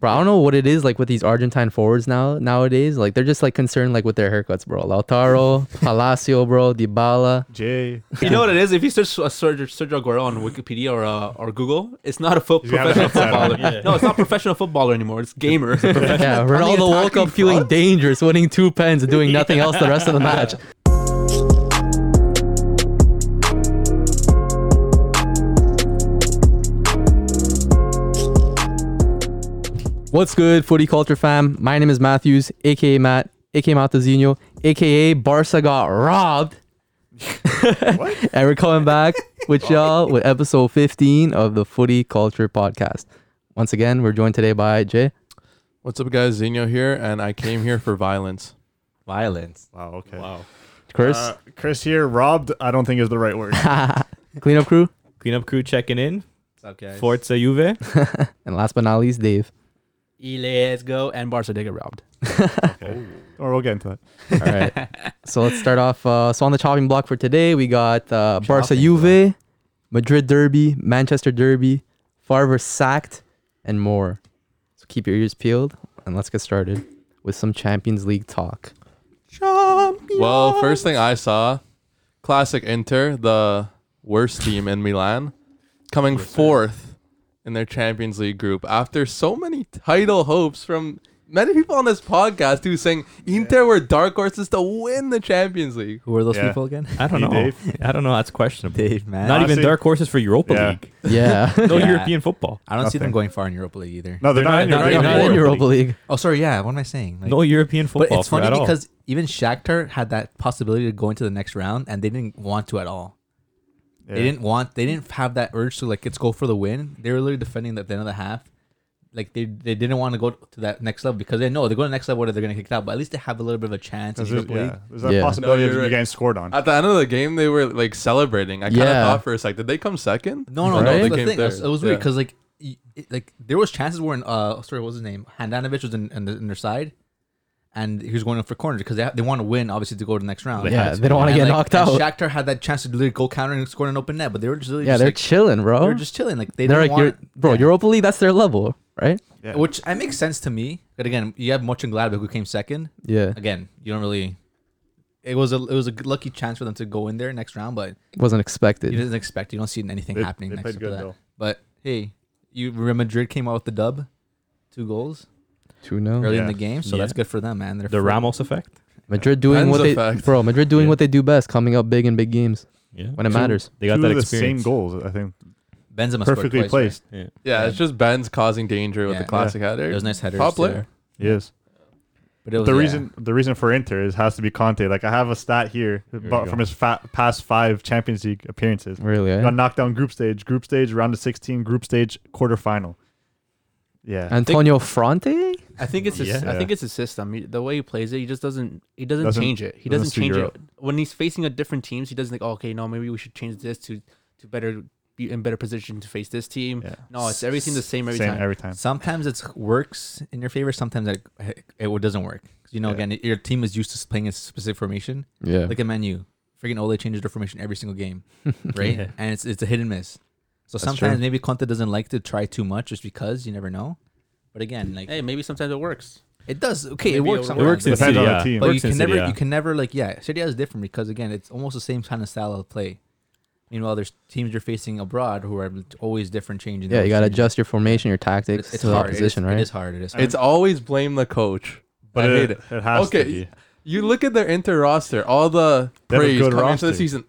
Bro, I don't know what it is like with these Argentine forwards now nowadays. Like they're just like concerned like with their haircuts, bro. Lautaro, Palacio, bro, Dybala. Jay. You know what it is? If you search uh, Sergio, Sergio Aguero on Wikipedia or uh, or Google, it's not a fo- He's got an professional upside footballer. on. No, it's not professional footballer anymore. It's gamer. Yeah, Ronaldo woke up feeling dangerous, winning two pens and doing nothing else the rest of the match. What's good, footy culture fam? My name is Matthews, aka Matt, aka Matazino, aka Barca got robbed. and we're coming back with y'all with episode 15 of the Footy Culture Podcast. Once again, we're joined today by Jay. What's up, guys? Zeno here, and I came here for violence. Violence. Wow. Okay. Chris, Uh, Chris here. Robbed. I don't think is the right word. cleanup crew, Cleanup crew checking in. okay. Forza Juve. and last but not least, Dave. Let's go. And Barca did get robbed. or we'll get into it. All right. so let's start off. Uh, so on the chopping block for today, we got uh, Barca Chopping Juve, Madrid Derby, Manchester Derby, Farver sacked, and more. So keep your ears peeled and let's get started with some Champions League talk. Well, first thing I saw, classic Inter, the worst team in Milan, coming fourth in their Champions League group after so many title hopes from many people on this podcast who saying Inter were dark horses to win the Champions League. Who are those Yeah. people again? I don't Hey, know. Dave. I don't know. That's questionable. Dave, man. Not Honestly- even dark horses for Europa Yeah. League. Yeah. No Yeah. European football. I don't see them Nothing. going far in Europa League either. No, they're, They're not, not- They're in Europa not in League. Europa League. Oh, sorry. Yeah. What am I saying? Like, No Oh, European football. but it's for at funny all. because even Shakhtar had that possibility of going to the next round, and they didn't want to at all. Yeah. They didn't want. They didn't have that urge to like let's go for the win. They were literally defending at the end of the half. Like they, they didn't want to go to that next level because they know they go to the next level whether they're gonna get kicked out. But at least they have a little bit of a chance. In There's, a- Europa League. yeah, there's that Yeah. possibility No, of you're you right. getting scored on. At the end of the game, they were like celebrating. I kind of Yeah. thought for a sec, did they come second? No, no, Right? no. They The came thing, it was, third. it was weird Yeah. because like, y- it, like there was chances where uh sorry what was his name Handanovic was in, in, the, in their side, and he was going in for corners because they ha- they want to win obviously to go to the next round. Yeah, they don't want to get And, like, knocked and out. Shakhtar had that chance to literally go counter and score an open net, but they were just really Yeah, just, they're like, chilling, they bro. were just chilling. Like they They're didn't like, you're, want, bro, yeah. Europa League, that's their level, right? Yeah. which that makes sense to me. But again, you have Mochin Gladbach who came second. Yeah. Again, you don't really. It was a it was a good- lucky chance for them to go in there next round, but Wasn't you expected. didn't expect. You don't see anything They- happening they next played after good, that. though. But hey, you Real Madrid came out with the dub, two goals 2 0. early in Yeah. the game, so Yeah. that's good for them, man. They're the full- Ramos effect. Madrid doing Ben's what a they fact. bro. Madrid doing Yeah. what they do best, coming up big in big games Yeah. when it matters. They got Two that of the same experience. goals. I think Benzema scored perfectly twice, placed. Yeah. Yeah, it's just Ben's causing danger with Yeah. the classic header. Right? It was nice headers. Top too. player. Yes. But it was, the yeah. reason the reason for Inter is has to be Conte. Like I have a stat here about, go. from his fa- past five Champions League appearances. Really, eh? Got knocked down group stage, group stage, round of sixteen, group stage, quarterfinal. Yeah, Antonio Fronte. I think it's his, Yeah. I think it's his system. He- The way he plays it, he just doesn't he doesn't, Doesn't- change it. He doesn't doesn't, suit change Europe. it when he's facing a different teams. He doesn't think, oh, okay, no, maybe we should change this to to better be in better position to face this team. Yeah. No, it's everything the same every same time. every time. sometimes it works in your favor, sometimes it, it doesn't work. 'Cause, You know, Yeah. again, your team is used to playing a specific formation. Yeah. Like a menu, freaking Ole changes their formation every single game, right? Yeah. And it's it's a hit and miss. So That's sometimes true. maybe Conte doesn't like to try too much, just because you never know. But again, like hey, maybe sometimes it works. It does. Okay, Maybe it works. it It works in sometimes, Depends City, on the yeah. team. But, but you Works in can City, never, yeah. you can never like, yeah, Serie A is different because again, it's almost the same kind of style of play. Meanwhile, there's teams you're facing abroad who are always different, changing. Yeah, their you gotta changes. adjust your formation, your tactics It's, it's to the hard. opposition, it is, right? It is hard. It is. Hard. It's always blame the coach. But I it, hate it. it. has to okay, be. you look at their Inter roster, all the They have a praise good coming into roster. the season.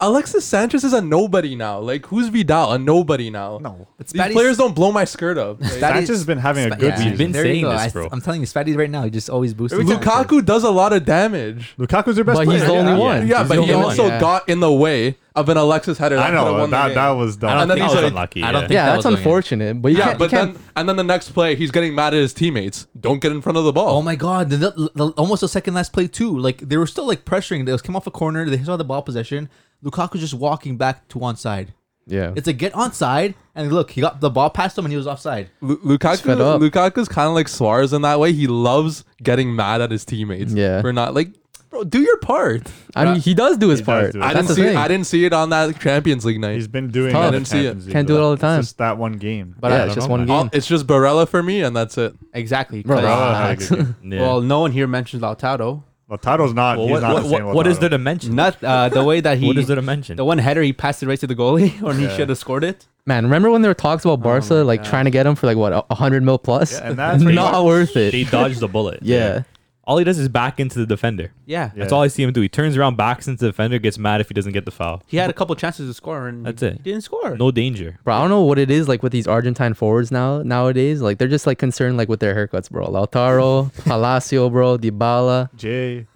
Alexis Sanchez is a nobody now. Like, who's Vidal? A nobody now. No, But These Spatty's- players don't blow my skirt up. Like, Spatty's- Sanchez has been having a Spa- good yeah, season. We've been there you saying go. this, I- bro. I'm telling you, Spatty right now, he just always boosts. Lukaku does a lot of damage. Lukaku's their best But player. he's the only yeah. one. Yeah, He's the but he only one. also Yeah. got in the way of an Alexis header. I that could've know won the that game. that was I dumb. And don't then think he's That was like- unlucky. I don't yeah. think- yeah, that that's was going in. unfortunate. But you Yeah, can't, you but can't- then and then the next play, he's getting mad at his teammates. Don't get in front of the ball. Oh my god! The, the, the, almost the second last play too. Like they were still like pressuring. They was came off a corner. They saw the ball possession. Lukaku just walking back to one side. yeah, It's a get onside, and look, he got the ball past him, and he was offside. Lu- fed Lukaku, up. Lukaku's kind of like Suarez in that way. He loves getting mad at his teammates. Yeah. for not like, bro, Bro, do your part. I mean, he does do his He does part. do it. I That's didn't the see. thing. I didn't see it on that Champions League night. He's been doing. tough. I in the didn't see it. Champions League, Can't do it though. all the time. It's just that one game. But yeah, I it's don't just know, one man. game. All- it's just Barella for me, and that's it. Exactly. 'cause- Barella had a good game. Yeah. Well, no one here mentions Lautaro. Well, Tato's not. Well, he's what, not what, the same what, what is there Lautaro. to mention? Not uh, the way that he. what is there to mention? The one header he passed it right to the goalie, or he Yeah. should have scored it. Man, remember when there were talks about Barca my like God. trying to get him for like what a hundred mil plus? Yeah, and that's not worth it. They dodged the bullet. yeah. All he does is back into the defender. Yeah. Yeah. That's all I see him do. He turns around, backs into the defender, gets mad if he doesn't get the foul. He had a couple chances to score, and That's he it. didn't score. No danger. Bro, I don't know what it is like with these Argentine forwards now nowadays. Like they're just like concerned like with their haircuts, bro. Lautaro, Palacio, bro, Dybala. Jay.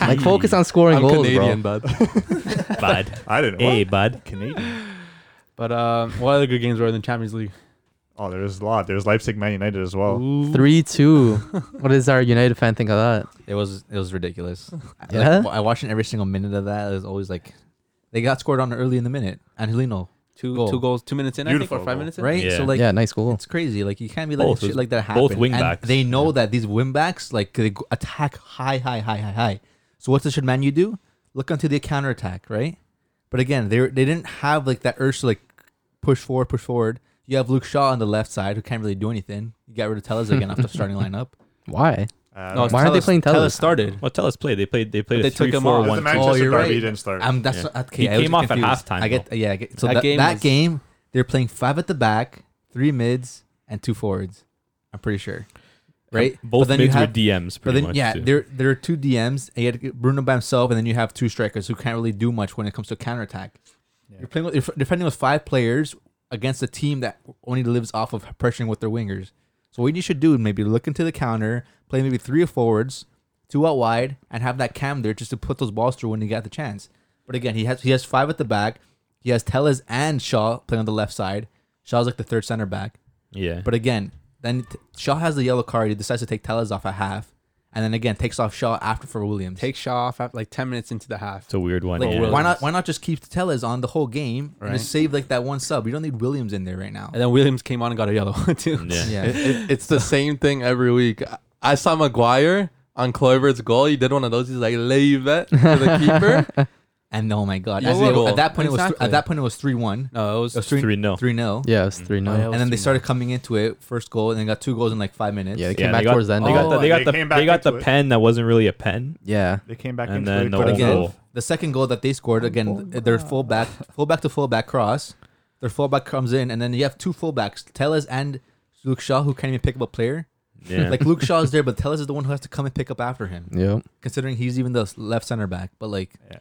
Like focus on scoring I'm goals, Canadian, bro. bud. Bud. I didn't. know. hey, bud. Canadian. But um, what other good games were in the Champions League? Oh, there's a lot. There's Leipzig, Man United as well. Three two. what does our United fan think of that? It was it was ridiculous. Like, Yeah? I watched every single minute of that. It was always like they got scored on early in the minute. Angelino, Two Goal. two goals, two minutes in, I Beautiful think, or five goal. minutes in. right? So Yeah. like yeah, nice goal. it's crazy. Like you can't be letting Both. shit like that happen. Both wing And backs. They know that these wing backs like they go- attack high, high, high, high, high. So what should Man U do? Look onto the counter attack, right? But again, they were- they didn't have like that urge to like push forward, push forward. You have Luke Shaw on the left side who can't really do anything. You got rid of Tellez again off the starting lineup. Why? Uh, No, no, it's Why aren't they Telles- playing Telles Telles? started. Well, tell us play. They played. They played But they a took three, him four, off. one, the two. Manchester you're Derby right. didn't start. Um, that's Yeah. not- okay. He I was came off at confused. halftime, I get though. yeah. I get, so That that, game that was- game, they're playing five at the back, three mids, and two forwards. I'm pretty sure, right? Both then you mids were have- DMs, But pretty then much. yeah, too. there there are two DMs. And you had Bruno by himself, and then you have two strikers who can't really do much when it comes to counterattack. You're playing with, you're defending with five players against a team that only lives off of pressuring with their wingers. So what you should do is maybe look into the counter, play maybe three forwards, two out wide, and have that cam there just to put those balls through when you got the chance. But again, he has he has five at the back. He has Tellez and Shaw playing on the left side. Shaw's like the third center back. yeah. But again, then t- Shaw has the yellow card. He decides to take Tellez off at half, and then again takes off Shaw after for Williams. Take Shaw off at like ten minutes into the half. it's a weird one. like, yeah. why not? Why not just keep Tellez on the whole game and just save like that one sub? You don't need Williams in there right now. And then Williams came on and got a yellow too. Yeah. Yeah, It- it- it's the same thing every week. I- I saw Maguire on Kluivert's goal. He did one of those. He's like, leave it to the keeper. and oh my god, Yeah, As they- well, at that point it was th- exactly. at that point it was three one. No, it was, It was three 3-0. Three 0 Yeah, it's three Oh, yeah, no. it was And then they three-nil. started coming into it, first goal, and then got two goals in like five minutes. Yeah, they Yeah, came back they got, towards the end. They got the, they got They the, came back they got the into it. pen that wasn't really a pen. yeah. They came back And into then it, the but whole again, goal. The second goal that they scored again, their fullback, fullback to fullback cross. Their fullback comes in, and then you have two fullbacks, Tellez and Luke Shaw, who can't even pick up a player. Yeah. Like Luke Shaw is there, but Tellez is the one who has to come and pick up after him, Yep. considering he's even the left center back. But like, Yeah.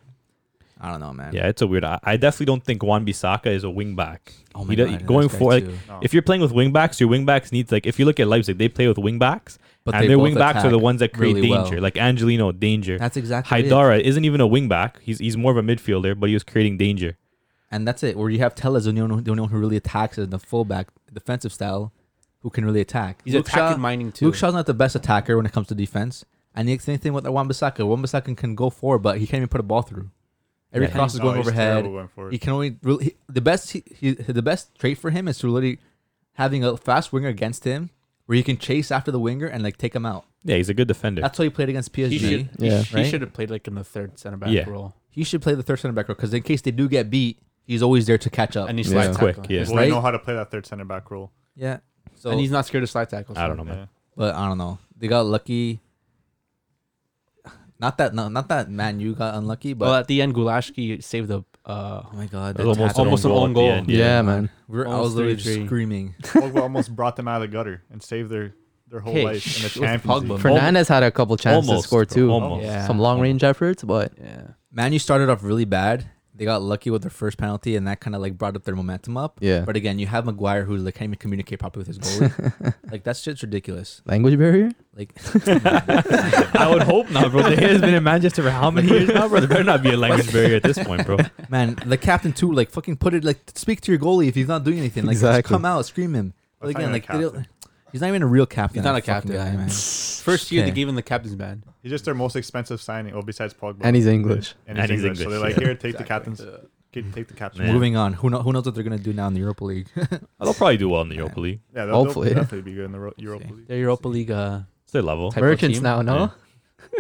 I don't know, man. yeah, it's a weird. I, I definitely don't think Juan Bisaka is a wing back. Oh He do- God, going this guy for like, too. No. if you're playing with wing backs, your wing backs need like if you look at Leipzig, they play with wing backs, But they and their both wing backs are attack the ones that create really well. danger. Like Angelino, danger. that's exactly it. Haidara isn't even a wing back. He's he's more of a midfielder, but he was creating danger. and that's it. Where you have Tellez, the only one, the only one who really attacks is the fullback, defensive style, who can really attack. he's Luke Shaw- attacking mining too. Luke Shaw's not the best attacker when it comes to defense. And the same thing with Wan-Bissaka. Wan-Bissaka can go forward, but he can't even put a ball through. Every Yeah. cross is No, going he's overhead. terrible going forward. He can only really, he, the best he, he, the best trait for him is to really having a fast winger against him, where he can chase after the winger and like take him out. Yeah, he's a good defender. That's why he played against PSG. he should he Yeah. sh- he Right? should have played like in the third center back Yeah. role. play the third center back role because in case they do get beat, he's always there to catch up. And he Yeah. slides Quick, tackle. yeah. Well, right? they know how to play that third center back role. yeah. So And he's not scared of slide tackles. I don't know, man. Yeah. but I don't know. They got lucky. Not that no, not that man you got unlucky, but well, at the end, Gulashki saved the. Uh, oh my god, It that was almost tackle. Almost an own at the goal. end, Yeah, man. We We're, I Almost was literally just 33. screaming. Pogba almost brought them out of the gutter and saved their, their whole Hey, life in the shh, with Champions Pogba. League. Fernandez had a couple chances Almost, to score bro, too. Almost. Yeah. Some long range efforts, but yeah. Man, you started off really bad. They got lucky with their first penalty, and that kind of like brought up their momentum up. yeah. But again, you have Maguire who like can't even communicate properly with his goalie. like that's shit's ridiculous. Language barrier? Like I would hope not, bro. The kid has been in Manchester for how many years now, bro? There better not be a language barrier at this point, bro. man, the captain too. Like fucking put it. Like speak to your goalie if he's not doing anything. Like just Exactly. come out, scream him. But That's not again, even a like they don't- captain. he's not even a real captain. He's not that a captain. fucking guy, man. First year Okay. they gave him the captain's band. He's just their most expensive signing, well, besides Pogba. And he's English. And he's, And he's English. So English, they're like, yeah. here, take the captain's. Uh, Kid, take the captain's. Yeah. Moving on. Who know, who knows what they're gonna do now in the Europa League? They'll probably do well in the Europa League. Yeah, they'll, Hopefully. They'll definitely be good in the Ro- Europa League. Their Europa League. Uh, It's their level. Type of Merchants team. now, no?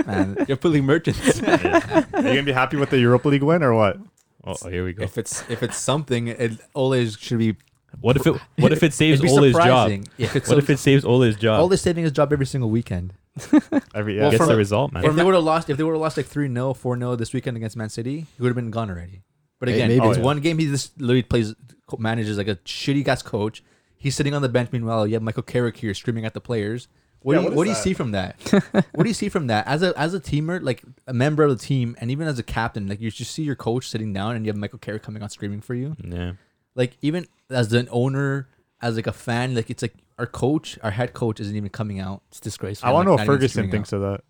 Man, You're pulling merchants. Are you gonna be happy with the Europa League win or what? Oh, oh, here we go. if it's if it's something, it always should be. What if it? What if it saves it'd be Ole's job? surprising If it's What if it saves Ole's job? Ole's saving his job every single weekend? Every yeah. Well, Gets from the a- result, man. If they would have lost, if they would have lost like three 0 four 0 this weekend against Man City, he would have been gone already. But Hey, again, maybe. it's Oh, yeah. one game. He just literally plays co- manages like a shitty ass coach. He's sitting on the bench. Meanwhile, you have Michael Carrick here screaming at the players. What Yeah, do you, what is what, do you that? see from that? what do you see from that as a as a teamer, like a member of the team, and even as a captain? Like you just see your coach sitting down, and you have Michael Carrick coming out screaming for you. Yeah. Like even as an owner, as like a fan, like it's like our coach, our head coach, isn't even coming out. It's disgraceful. I want to know Not if even Ferguson streaming thinks of that.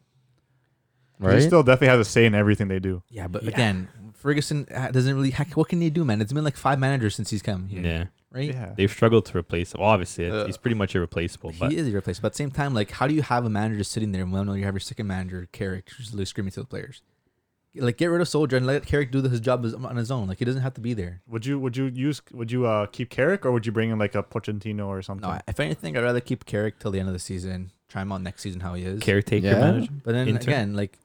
'Cause right? He still definitely has a say in everything they do. Yeah, but Yeah. again, Ferguson ha- doesn't really. heck, What can he do, man? It's been like five managers since he's come here, Yeah. right? They've struggled to replace him. Obviously, Uh, he's pretty much irreplaceable. But He is irreplaceable. But at the same time, like, how do you have a manager sitting there and well, no, you have your second manager, Carrick, just literally screaming to the players, like, get rid of Soldier and let Carrick do the, his job is- on his own. Like, he doesn't have to be there. Would you would you use would you uh keep Carrick or would you bring in like a Pochettino or something? No, I- if anything, I'd rather keep Carrick till the end of the season. Try him out next season how he is. caretaker Yeah. manager. But then Inter- again, like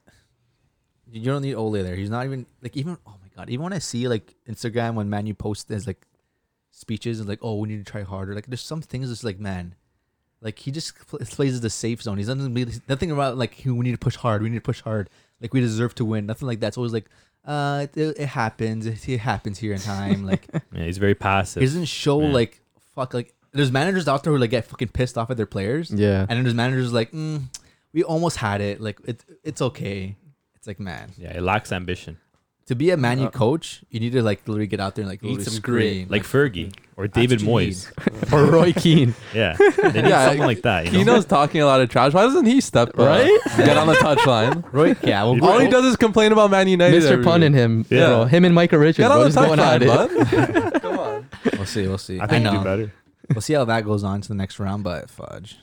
you don't need Ole there. He's not even like even oh my god, even when I see like Instagram when Manu posts his like speeches and like oh we need to try harder. Like there's some things that's like man, like he just pl- plays the safe zone. He's nothing really- nothing about like we need to push hard. We need to push hard. Like we deserve to win. Nothing like that. It's always like uh it, it happens. It, it happens here in time. Like Yeah, he's very he passive. doesn't show Yeah. like fuck like there's managers out there who like get fucking pissed off at their players. yeah. And then his manager's like, mm, we almost had it. Like it, it's okay. It's like, man, yeah, it lacks ambition. to be a Uh, Man U coach, you need to like literally get out there and like Need literally some grit. scream. Like Fergie or that's David what you Moyes. need. Or Roy Keane. Yeah, they need Yeah, something I- like that. You know? Kino's talking a lot of trash. Why doesn't he step up? Right? Get on the touchline. Roy, yeah, well, All he Roy, does is complain about Man United. Mr. every Pun week. and him. Yeah. Bro, him and Micah Richards. Get Bro, on the just going at it. touchline, bud. Come on. we'll see, we'll see. I I, think you do know. better. We'll see how that goes on to the next round, but fudge,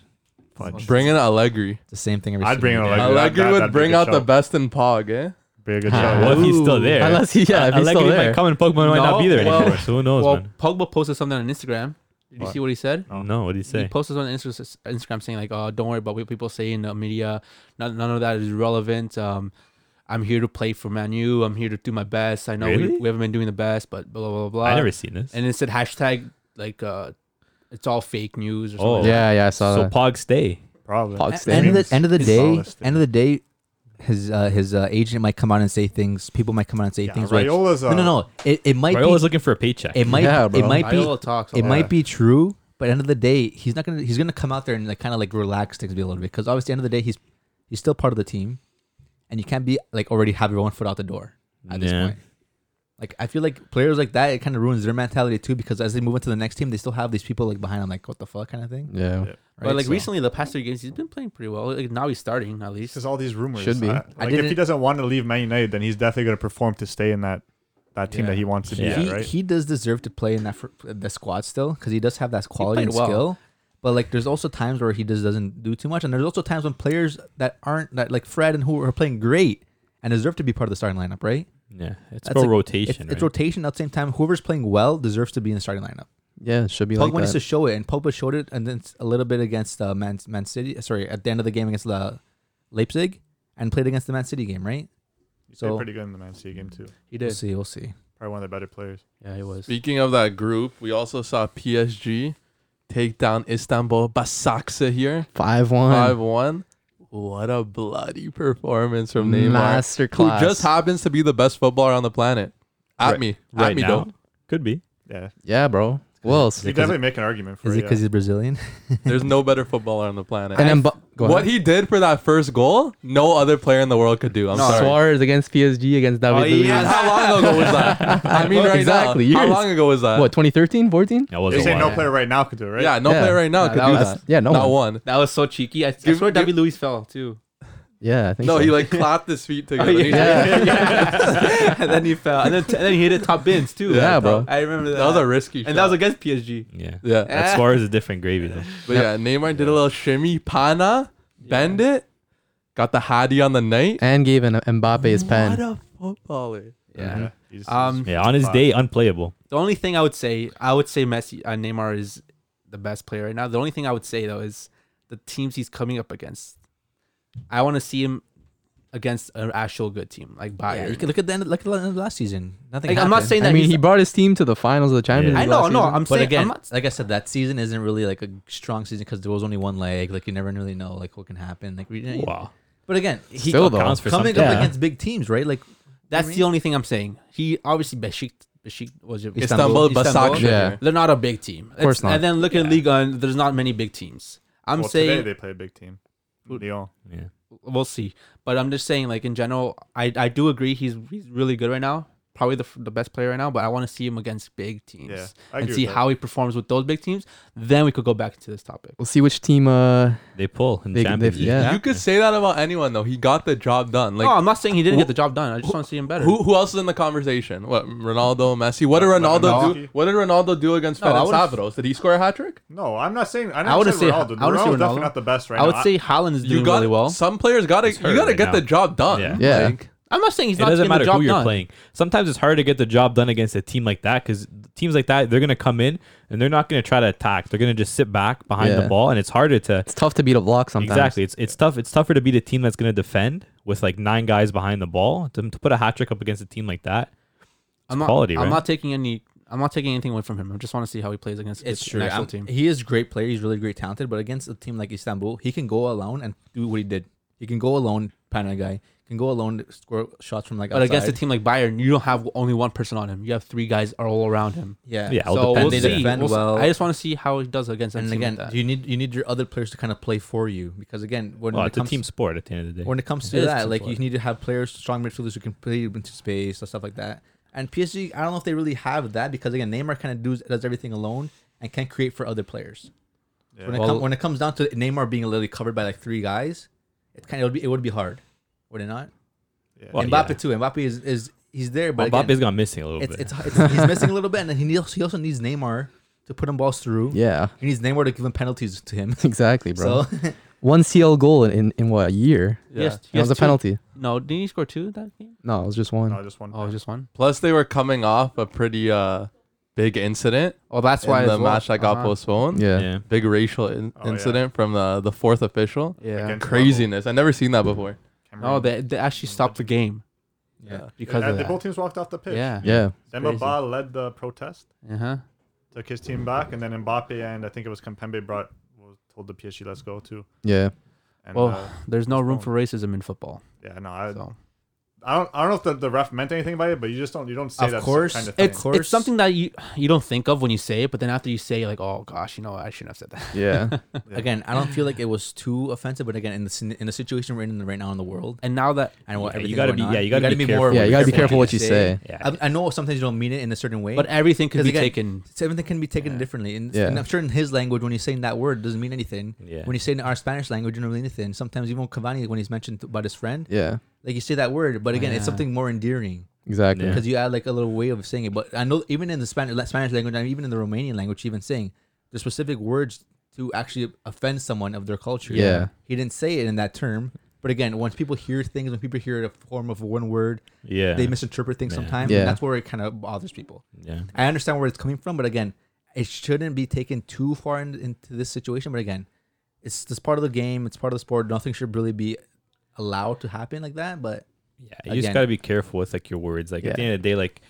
Fudge. Bring in Allegri. it's the same thing. Every I'd single bring in year. Like, that- Allegri that- would that'd be a bring good out the shout. best in Pog, eh? Be a good Ah. shot. What if he's still Ooh. there? Unless he, yeah, if he's Allegri still there. might come and Pokemon might not be there No, well- anymore. So who knows, well, man? Pogba posted something on Instagram. Did you What? see what he said? No, what do He you say? posted on Insta- Instagram saying like, "Oh, don't worry about what people say in the media. None, none of that is relevant. Um, I'm here to play for Manu. I'm here to do my best. I know Really? we, we haven't been doing the best, but blah blah blah blah." I never seen this. and it said hashtag like uh, it's all fake news or Oh. something. Yeah, yeah, I saw So that. Pog stay. Probably. Pog At stay. the end of Means the end of the it's day, solid end of the day, his uh, his uh, agent might come out and say things. People might come out and say Yeah, things. Like, no, Raiola's uh, no, no. It, it might Royal is be. looking for a paycheck. It might. Yeah, it bro. might be. Iola talks. a it lot. might be true, but end of the day, he's not gonna he's gonna come out there and like kind of like relax things a little bit because obviously end of the day he's he's still part of the team, and you can't be like already have your one foot out the door at this Yeah. point. Like I feel like players like that it kind of ruins their mentality too because as they move into the next team they still have these people like behind them like what the fuck kind of thing. Yeah. right? But like So- recently, the past three games, he's been playing pretty well. Like now he's starting at least. Because all these rumors. Should be. I I- like if he didn't- doesn't want to leave Man United, then he's definitely going to perform to stay in that that team Yeah. that he wants to be Yeah. at, he, right? he does deserve to play in that fr- the squad still because he does have that quality played and well. skill. But like, there's also times where he just doesn't do too much, and there's also times when players that aren't that like Fred and who are playing great and deserve to be part of the starting lineup, right? Yeah, it's That's about like- It's, rotation. it's right? rotation. At the same time, whoever's playing well deserves to be in the starting lineup. Yeah, it should be Pogba like needs to that. show it, and Pogba showed it, and then it's a little bit against uh, Man Man City. Sorry, at the end of the game against the Leipzig, and played against the Man City game, right? He played so- pretty good in the Man City game too. He We'll did. see. We'll see. Probably one of the better players. Yeah, he was. Speaking of that group, we also saw PSG take down Istanbul Basaksa here. 5 1. 5 1. What a bloody performance from Neymar. Masterclass. Who just happens to be the best footballer on the planet. At Right- me. At right me, now. though. Could be. Yeah, yeah, bro. Who else? you definitely make an argument for Is it it. because yeah. he's Brazilian? There's no better footballer on the planet. And then Bu- go what ahead. he did for that first goal, no other player in the world could do. I'm No, sorry. Oh, Suarez against PSG against David Luiz. And how long ago was that? I mean, Well, right exactly, now. How years. long ago was that? What, 2013, 14? That was They a say no while. player right now could do it, right? Yeah, no Yeah. player right now Yeah, could that do was- that. yeah, no Not one. That was so cheeky. I, I Give- swear, give- David Luiz fell too. Yeah, I think No, so. he like clapped his feet together. yeah. He- and then he fell, and then, and then he hit it top bins too. Yeah, bro. I remember that. That was a risky shot. and that was Ah. against PSG. Yeah. yeah. That Suarez is different gravy though. But yeah, Neymar did a little shimmy, pana, bend it, got the hottie on the night. and gave an Mbappe his What pen. a footballer! Yeah. Mm-hmm. He's- Um, Yeah, on his day, unplayable. The only thing I would say, I would say Messi, uh, Neymar is the best player right now. The only thing I would say though is the teams he's coming up against. I want to see him against an actual good team like Yeah, you Bayern. can look at the end. Look at the end of last season. Nothing. Like, I'm not happened. saying that I mean, he's- he brought his team to the finals of the Champions Yeah. League. I know, last no, season. I'm But saying again, I'm not, like I said, that season isn't really like a strong season because there was only one leg. Like you never really know like what can happen. Like we, Wow. But again, he Still though. Counts for coming something. up Yeah. against big teams, right? Like that's mean? the only thing I'm saying. He obviously Beşik, Beşik was it? Istanbul, Basak. Yeah. They're not a big team. Of course not. And then look at Liga, and there's not many big teams. I'm well, saying today they play a big team. Lyon. Yeah. we'll see. But I'm just saying, like in general, I, I do agree he's he's really good right now. Probably the, f- the best player right now. But I want to see him against big teams Yeah, I and agree see with that. how he performs with those big teams. Then we could go back to this topic. We'll see which team. Uh, They pull in They- the Champions they- League. yeah. You could say that about anyone though. He got the job done. Like no, I'm not saying he didn't get the job done. I just want to see him better. who who else is in the conversation? What Ronaldo, Messi? What did Ronaldo do? Lewandowski. What did Ronaldo do against No, I Ferenc would've- Fabros? Did he score a hat trick? No, I'm not saying. I'm I not wouldn't saying say- Ronaldo. I wouldn't say Ronaldo's Ronaldo. definitely not the best right I would now. say Holland's doing You got really well. some players got to He's hurt you got to right get the now. job done. Yeah. Yeah. Like, I'm not saying he's it not doesn't getting the matter job who you're done. playing. Sometimes it's hard to get the job done against a team like that because teams like that they're gonna come in and they're not gonna try to attack. They're gonna just sit back behind Yeah. the ball, and it's harder to it's tough to beat a block sometimes. exactly. It's it's tough. It's tougher to beat a team that's gonna defend with like nine guys behind the ball to, to put a hat trick up against a team like that. I'm not. quality, I'm right? not taking any. I'm not taking anything away from him. I just want to see how he plays against it's the true. national I'm- team. He is a great player. He's really great, talented. But against a team like Istanbul, he can go alone and do what he did. He can go alone, pan a guy. Can go alone, score shots from like But outside. against a team like Bayern, you don't have only one person on him. You have three guys are all around him. yeah, Yeah, all so depends. we'll And they see. defend We'll see. well. I just want to see how he does against. a And team like again, that. you need you need your other players to kind of play for you because again, when Well, it it's a comes- team sport at the end of the day. when it comes It to is that, team like sport. you need to have players, strong midfielders who can play into space and stuff like that. And PSG, I don't know if they really have that because again, Neymar kind of does, does everything alone and can create for other players. Yeah. When, it Well- com- when it comes down to Neymar being literally covered by like three guys, it kind of would be it would be hard, would it not? Yeah. Well, Mbappe yeah. too. Mbappe is, is he's there, but Mbappe's again, gone missing a little it's, bit. it's, it's he's missing a little bit, and then he needs, he also needs Neymar to put him balls through. Yeah. He needs Neymar to give him penalties to him. Exactly, bro. So One CL goal in, in, in what a year? yeah. Yes, That was a penalty. No, didn't he score two that game? No, it was just one. No, just one. Oh, just one. Plus they were coming off a pretty uh big incident. Oh, that's in why the as well. match that got Uh-huh. postponed. yeah. yeah. Big racial in- Oh, yeah. incident from the the fourth official. Yeah. Against- Craziness. I never seen that before. Cameroon. No, oh, they, they actually stopped the game Yeah. because Yeah, of they- that. both teams walked off the pitch. yeah. Yeah. Demba crazy. Ba led the protest, Uh huh. took his team back, and then Mbappe and I think it was Kempembe brought was told the PSG let's go too. Yeah. And, Well, uh, there's no room postponed. for racism in football. yeah, no, Uh, I, So I don't, I don't know if the, the ref meant anything by it, but you just don't, you don't say Of that s- course, kind of thing. it's course. it's something that you you don't think of when you say it, but then after you say, you're like, oh gosh, you know, what? I shouldn't have said that. Yeah. Yeah. again, I don't feel like it was too offensive, but again, in the sin- in the situation we're in right now in the world, And now that and what Yeah, everything you gotta going be- on, yeah, you gotta be careful. yeah, you gotta be careful what you you say. Yeah. I, I know sometimes you don't mean it in a certain way, but everything could Because be again- taken. it's- everything can be taken differently. And, Yeah. and I'm sure in his language, when he's saying that word, it doesn't mean anything. Yeah. When you say it in our Spanish language, it doesn't mean anything. Sometimes even Cavani, when he's mentioned about his friend, Yeah. like you say that word, but again, Yeah. it's something more endearing Exactly. Yeah. because you add like a little way of saying it. But I know even in the Spanish Spanish language, and even in the Romanian language, even saying the specific words to actually offend someone of their culture. Yeah. he didn't say it in that term. But again, once people hear things, when people hear it in a form of one word, Yeah. they misinterpret things Yeah. sometimes. Yeah. And that's where it kind of bothers people. yeah. I understand where it's coming from, but again, it shouldn't be taken too far in, into this situation. But again, it's this part of the game. It's part of the sport. Nothing should really be allowed to happen like that. But Yeah, you just Again. gotta be careful with like your words. Like at the end of the day, like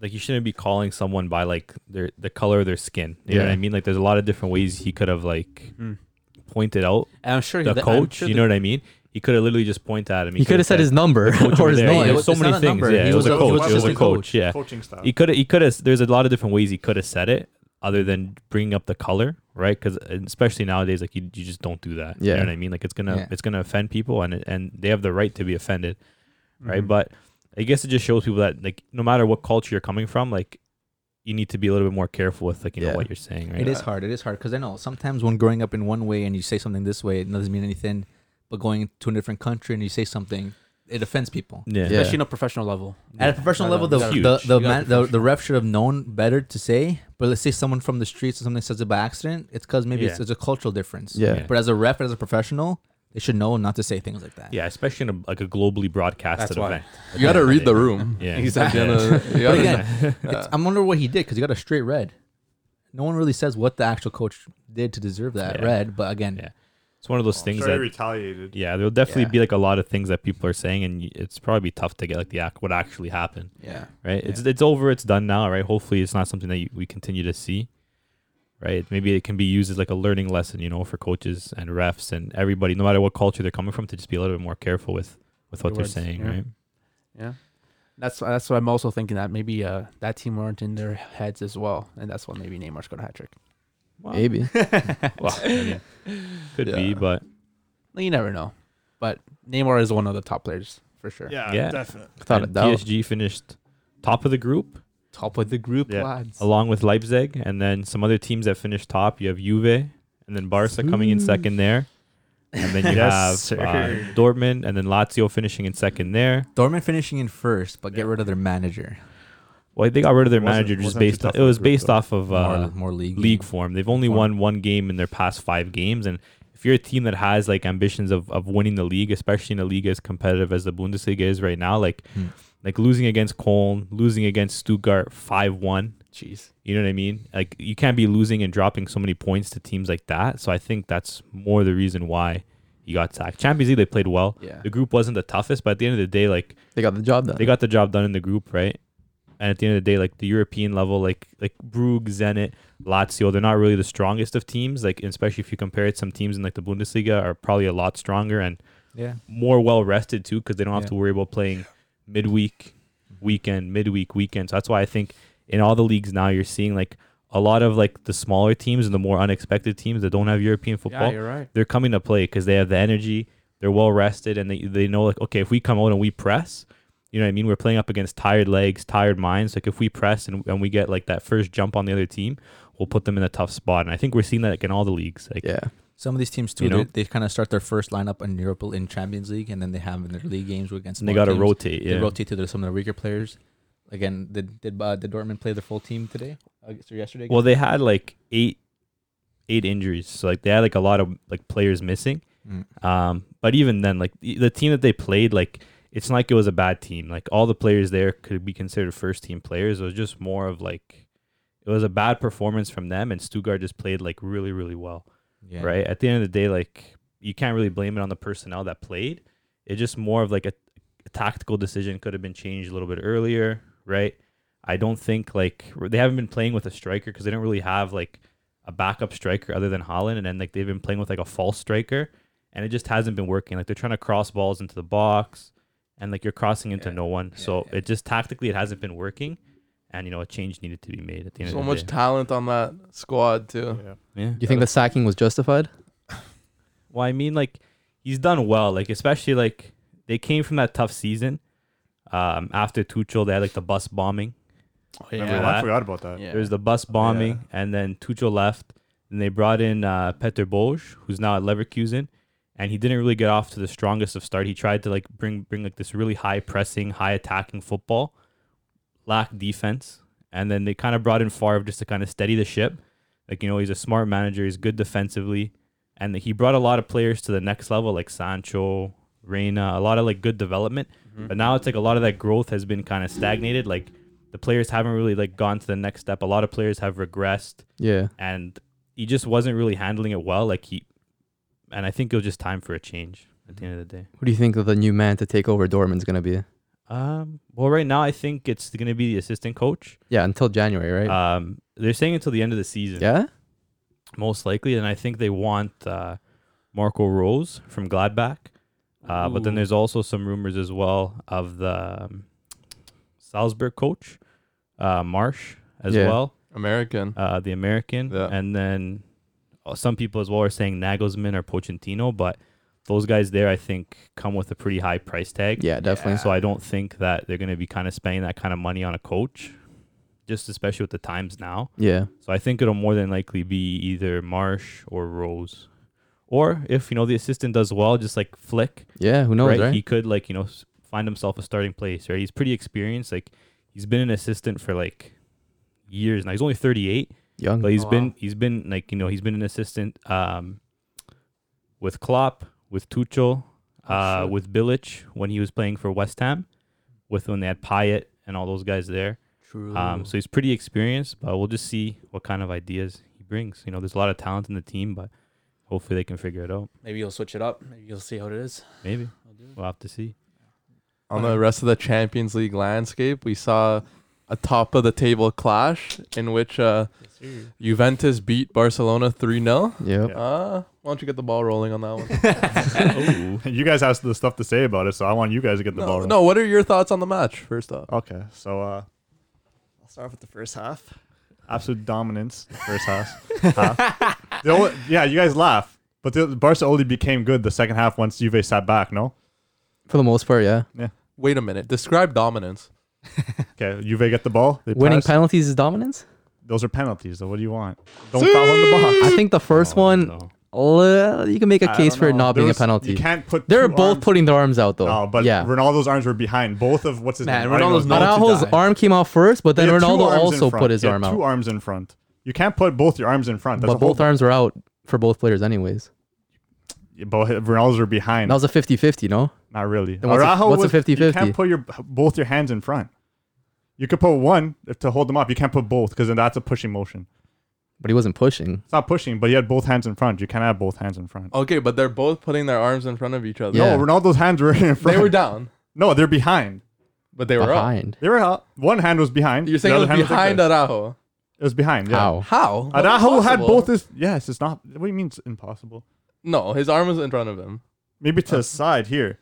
like you shouldn't be calling someone by like their the color of their skin. You know what Yeah. I mean? Like there's a lot of different ways he could have like pointed out And I'm sure the that- I'm coach. sure you the- know what I mean? He could have literally just pointed at him. He could have said his number coach or over his there. Yeah, name. there It was was- so it's many not a things. number. Yeah, He it was was, a a- he coach. It was was a a coach. Yeah, Coaching style. he could he could have. There's a lot of different ways he could have said it, other than bringing up the color, right? Because especially nowadays, like you, you just don't do that. you Yeah. know what I mean. Like it's gonna Yeah. it's gonna offend people, and it- and they have the right to be offended, Mm-hmm. right? But I guess it just shows people that like no matter what culture you're coming from, like you need to be a little bit more careful with like you Yeah. know what you're saying, right? It is hard. It is hard because I know sometimes when growing up in one way and you say something this way, it doesn't mean anything. But going to a different country and you say something, it offends people. Yeah. Yeah. especially in a professional level. At a professional Yeah, level, the you gotta- you the gotta- the, you gotta man, the the ref should have known better to say. But let's say someone from the streets or something says it by accident. It's because maybe it's, Yeah. it's a cultural difference. Yeah. Yeah. But as a ref, as a professional, they should know not to say things like that. Yeah, especially in a, like a globally broadcasted That's why. event. You got to read the room. Yeah. Exactly. You But gotta- again, Uh, it's, I'm wondering what he did because he got a straight red. No one really says what the actual coach did to deserve that Yeah. red. But again, Yeah. It's one of Oh, those things Sorry, that retaliated. yeah, there'll definitely Yeah. be like a lot of things that people are saying, and y- it's probably tough to get like the act what actually happened, Yeah. right? It's it's over, it's done now, right? Hopefully, it's not something that you, we continue to see, right? Maybe it can be used as like a learning lesson, you know, for coaches and refs and everybody, no matter what culture they're coming from, to just be a little bit more careful with with what Your they're words, saying, yeah. right? Yeah. That's that's what I'm also thinking that maybe uh that team weren't in their heads as well, and that's why maybe Neymar scored a hat trick. Well, Maybe. well, I mean, could be, Yeah. but You never know, but Neymar is one of the top players for sure. Yeah, Yeah. definitely. Without a and doubt. PSG finished top of the group Top of the group, Yeah. lads. along with Leipzig, and then some other teams that finished top. You have Juve, and then Barca coming in second there, and then you Yes, have sir. uh, Dortmund, and then Lazio finishing in second there. Dortmund finishing in first, but get rid of their manager. Well, they got rid of their Wasn't- manager just wasn't too based. tough On, it of a was group, based though. off of uh, more, more league. league form. They've only won one game in their past five games, and if you're a team that has like ambitions of, of winning the league, especially in a league as competitive as the Bundesliga is right now, like Hmm. like losing against Köln, losing against Stuttgart five one. Jeez. You know what I mean? Like you can't be losing and dropping so many points to teams like that. So I think that's more the reason why he got sacked. Champions League they played well. Yeah. The group wasn't the toughest, but at the end of the day, like They got the job done. they got the job done in the group, right? And at the end of the day, like the European level, like like Brugge, Zenit, Lazio, they're not really the strongest of teams. Like especially if you compare it, some teams in like the Bundesliga are probably a lot stronger and Yeah. more well rested too, because they don't have Yeah. to worry about playing midweek, weekend, midweek, weekend. So that's why I think in all the leagues now you're seeing like a lot of like the smaller teams and the more unexpected teams that don't have European Yeah, football you're right. they're coming to play because they have the energy, they're well rested, and they, they know like okay, if we come out and we press, you know what I mean. We're playing up against tired legs, tired minds. Like if we press and, and we get like that first jump on the other team, we'll put them in a tough spot. And I think we're seeing that like, in all the leagues. Like yeah. Some of these teams too, You know? they, they kind of start their first lineup in Europe in Champions League, and then they have in their league games against. and they got smaller to teams. rotate. Yeah, They rotate to their, some of the weaker players. Again, did did, uh, did Dortmund play their full team today? Uh, so yesterday. well, they had like eight eight injuries, so like they had like a lot of like players missing. Mm. Um, but even then, like the the team that they played, like it's not like it was a bad team. Like all the players there could be considered first team players. It was just more of like it was a bad performance from them, and Stuttgart just played like really, really well. yeah. Right at the end of the day, like you can't really blame it on the personnel that played. It's just more of like a, a tactical decision could have been changed a little bit earlier. Right. I don't think like they haven't been playing with a striker because they don't really have like a backup striker other than Holland, and then like they've been playing with like a false striker, and it just hasn't been working. Like they're trying to cross balls into the box, and like you're crossing into Yeah. no one. Yeah, so yeah. it just tactically it hasn't been working, and you know a change needed to be made at the end So of the much day. talent on that squad too. Yeah. yeah. Do you think the sacking was justified? Well, I mean, like he's done well. Like especially like they came from that tough season. Um, after Tuchel, they had like the bus bombing. Oh, Remember Yeah. that? I forgot about that. Yeah. There was the bus bombing, and then Tuchel left, and they brought in uh, Peter Bosch, who's now at Leverkusen, and he didn't really get off to the strongest of start. He tried to like bring bring like this really high pressing, high attacking football, lack defense, and then they kind of brought in Favre just to kind of steady the ship. Like you know, he's a smart manager. He's good defensively, and he brought a lot of players to the next level, like Sancho, Reina, a lot of like good development. Mm-hmm. But now it's like a lot of that growth has been kind of stagnated. Like the players haven't really like gone to the next step. A lot of players have regressed, Yeah. and he just wasn't really handling it well. Like he, and I think it was just time for a change at the end of the day. Who do you think the new man to take over Dortmund's gonna be? Um, well, right now I think it's going to be the assistant coach. Yeah, until January, right? Um, they're saying until the end of the season, yeah. most likely, and I think they want uh, Marco Rose from Gladbach. Uh, but then Ooh. there's also some rumors as well of the um, Salzburg coach, uh, Marsh, as Yeah. well. American. uh, the American, Yeah. and then uh, some people as well are saying Nagelsmann or Pochettino, but those guys there, I think, come with a pretty high price tag. Yeah, definitely. So I don't think that they're going to be kind of spending that kind of money on a coach, just especially with the times now. Yeah. So I think it'll more than likely be either Marsh or Rose. Or if, you know, the assistant does well, just like Flick, Yeah. Who knows, right? right? He could like you know s- find himself a starting place, right? He's pretty experienced. Like he's been an assistant for like years now. He's only 38, Young. but he's Oh, Wow. been he's been like you know he's been an assistant um with Klopp, with Tuchel, uh, Oh, shit. with Bilic when he was playing for West Ham, with when they had Payet and all those guys there. True. Um, so he's pretty experienced, but we'll just see what kind of ideas he brings. You know, there's a lot of talent in the team, but Hopefully they can figure it out. Maybe you'll switch it up. Maybe you'll see how it is. Maybe I'll do it. we'll have to see. On the rest of the Champions League landscape, we saw a top of the table clash in which uh, Juventus beat Barcelona 3 0. Yep. Yeah. Uh, why don't you get the ball rolling on that one? you guys have the stuff to say about it, so I want you guys to get the ball. no, rolling. no, what are your thoughts on the match, first off? Okay, so uh, I'll start off with the first half. Absolute dominance, the first half. half. The only- yeah, you guys laugh, but the Barca only became good the second half once Juve sat back. No, For the most part, yeah. Wait a minute. Describe dominance. okay, Juve get the ball. They Winning press. penalties is dominance. Those are penalties. So what do you want? Don't foul on the box. I think the first Oh, one, no. li- you can make a I case don't for it know. not There being a was- penalty. You can't put. They're two both arms- Oh, putting their arms out though. No, but yeah. Ronaldo's arms were behind. Both of what's his Man, name? Ronaldo's Ario's- not- Araujo's die. arm came out first, but then He had two Ronaldo arms in also front. put his He arm had Two out. arms in front. You can't put both your arms in front. That's But a whole- both arms were out for both players, anyways. Both Ronaldo's are behind. That was a 50 50, no? Not really. Then what's a- Araujo what's a was- 50-50? You can't put your both your hands in front. You could put one if- to hold them up. You can't put both because then that's a pushing motion. But he wasn't pushing. It's not pushing, but you had both hands in front. You can't have both hands in front. Okay, but they're both putting their arms in front of each other. Yeah. No, Ronaldo's hands were in front. They were down, no, they're behind. but they were up. behind. They were up. One hand was behind. You're the saying it other was hand like behind this. Araujo. It was behind. Yeah. How? How? Araujo had Impossible. both his. Yes, it's not. What do you mean it's impossible? No, his arm was in front of him. Maybe to the side here.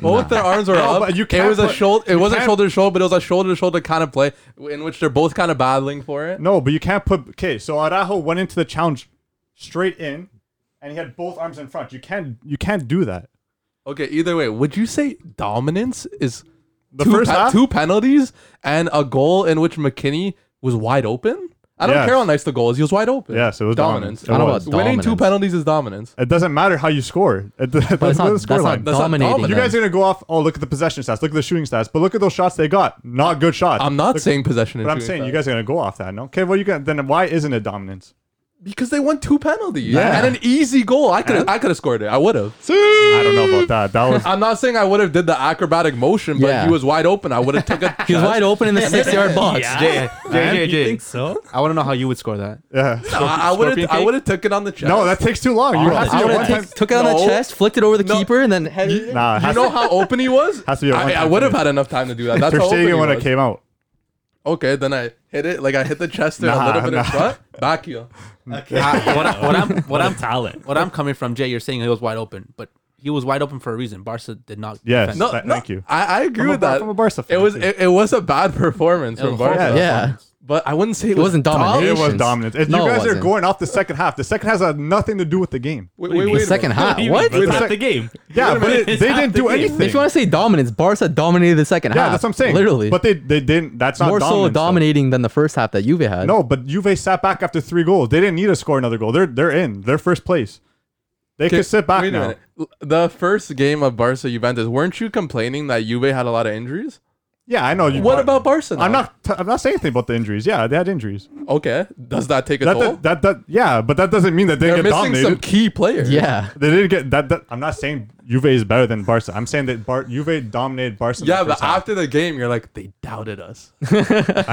Both their arms were No, up. but you it can't was a put- shoulder. It you wasn't can't- shoulder to shoulder, but it was a shoulder to shoulder kind of play in which they're both kind of battling for it. No, but you can't put. Okay, so Araujo went into the challenge straight in, and he had both arms in front. You can't. You can't do that. Okay, either way, would you say dominance is The two, first pe- half? two penalties and a goal in which McKinney was wide open? I don't Yes. care how nice the goal is. He was wide open. Yes, it was dominance. It I don't know was. about Winning two dominance. penalties is dominance. It doesn't matter how you score. It, that's But it's not, not the that's not scoreline. That's not dominating. dominant. You them. guys are gonna go off. Oh, look at the possession stats. Look at the shooting stats. But look at those shots they got. Not good shots. I'm not Look- saying possession. and But I'm shooting saying you stats. guys are gonna go off that. No. Okay. Well, you can. Then why isn't it dominance? because they won two penalties Yeah. and an easy goal. I could I could have scored it. I would have. I don't know about that. That was. I'm not saying I would have did the acrobatic motion, but Yeah. he was wide open. I would have took a. he was wide open in the six yard box. Jay, Jay, Jay, You Jay. think so? I want to know how you would score that. Yeah. No, I would have. scorpion I kick? would have took it on the chest. No, that takes too long. You have to I do would have it one time. take- took it on the No. chest, flicked it over the No. keeper, and then headed it. Nah. It You has know to, how open he was? Has to be a I, I one-time would have finish. had enough time to do that. That's they're how open stating he it when was. it came out. Okay, then I hit it. Like I hit the chest there a Nah, little bit nah. in front. Back heel. I- what, I, what I'm what What a I'm talent. what I'm coming from, Jay. You're saying he was wide open, but he was wide open for a reason. Barca did not. Yes. defend. No, Th- no, thank you. I, I agree I'm a with Bar- that. I'm a Barca It fan, was too. it, it was a bad performance It was from horrible. Barca. Yeah. But I wouldn't say it, It wasn't dominant. domination. It was dominance. If No, you it guys are wasn't. going off the second half, the second half has nothing to do with the game. Wait, wait, The wait. a second minute. half. What? That's It's not like- the game. Yeah, but it, they It's not didn't the do game. anything. If you want to say dominance, Barca dominated the second half. yeah, that's what I'm saying. Literally. but they they didn't. That's not more so dominance, though. dominating than the first half that Juve had. No, but Juve sat back after three goals. They didn't need to score another goal. They're they're in. They're first place. They Okay, could sit back wait a now. minute. L- The first game of Barca Juventus, weren't you complaining that Juve had a lot of injuries? Yeah, I know. You What but- about Barca? I'm now? not. T- I'm not saying anything about the injuries. Yeah, they had injuries. Okay, does that take a That, toll? that, that that yeah, but that doesn't mean that they They're didn't missing get dominated. some key players. Yeah. they didn't get that, that. I'm not saying Juve is better than Barca. I'm saying that Bar- Juve dominated Barca. in the Yeah, but first half. after the game, you're like, they doubted us. I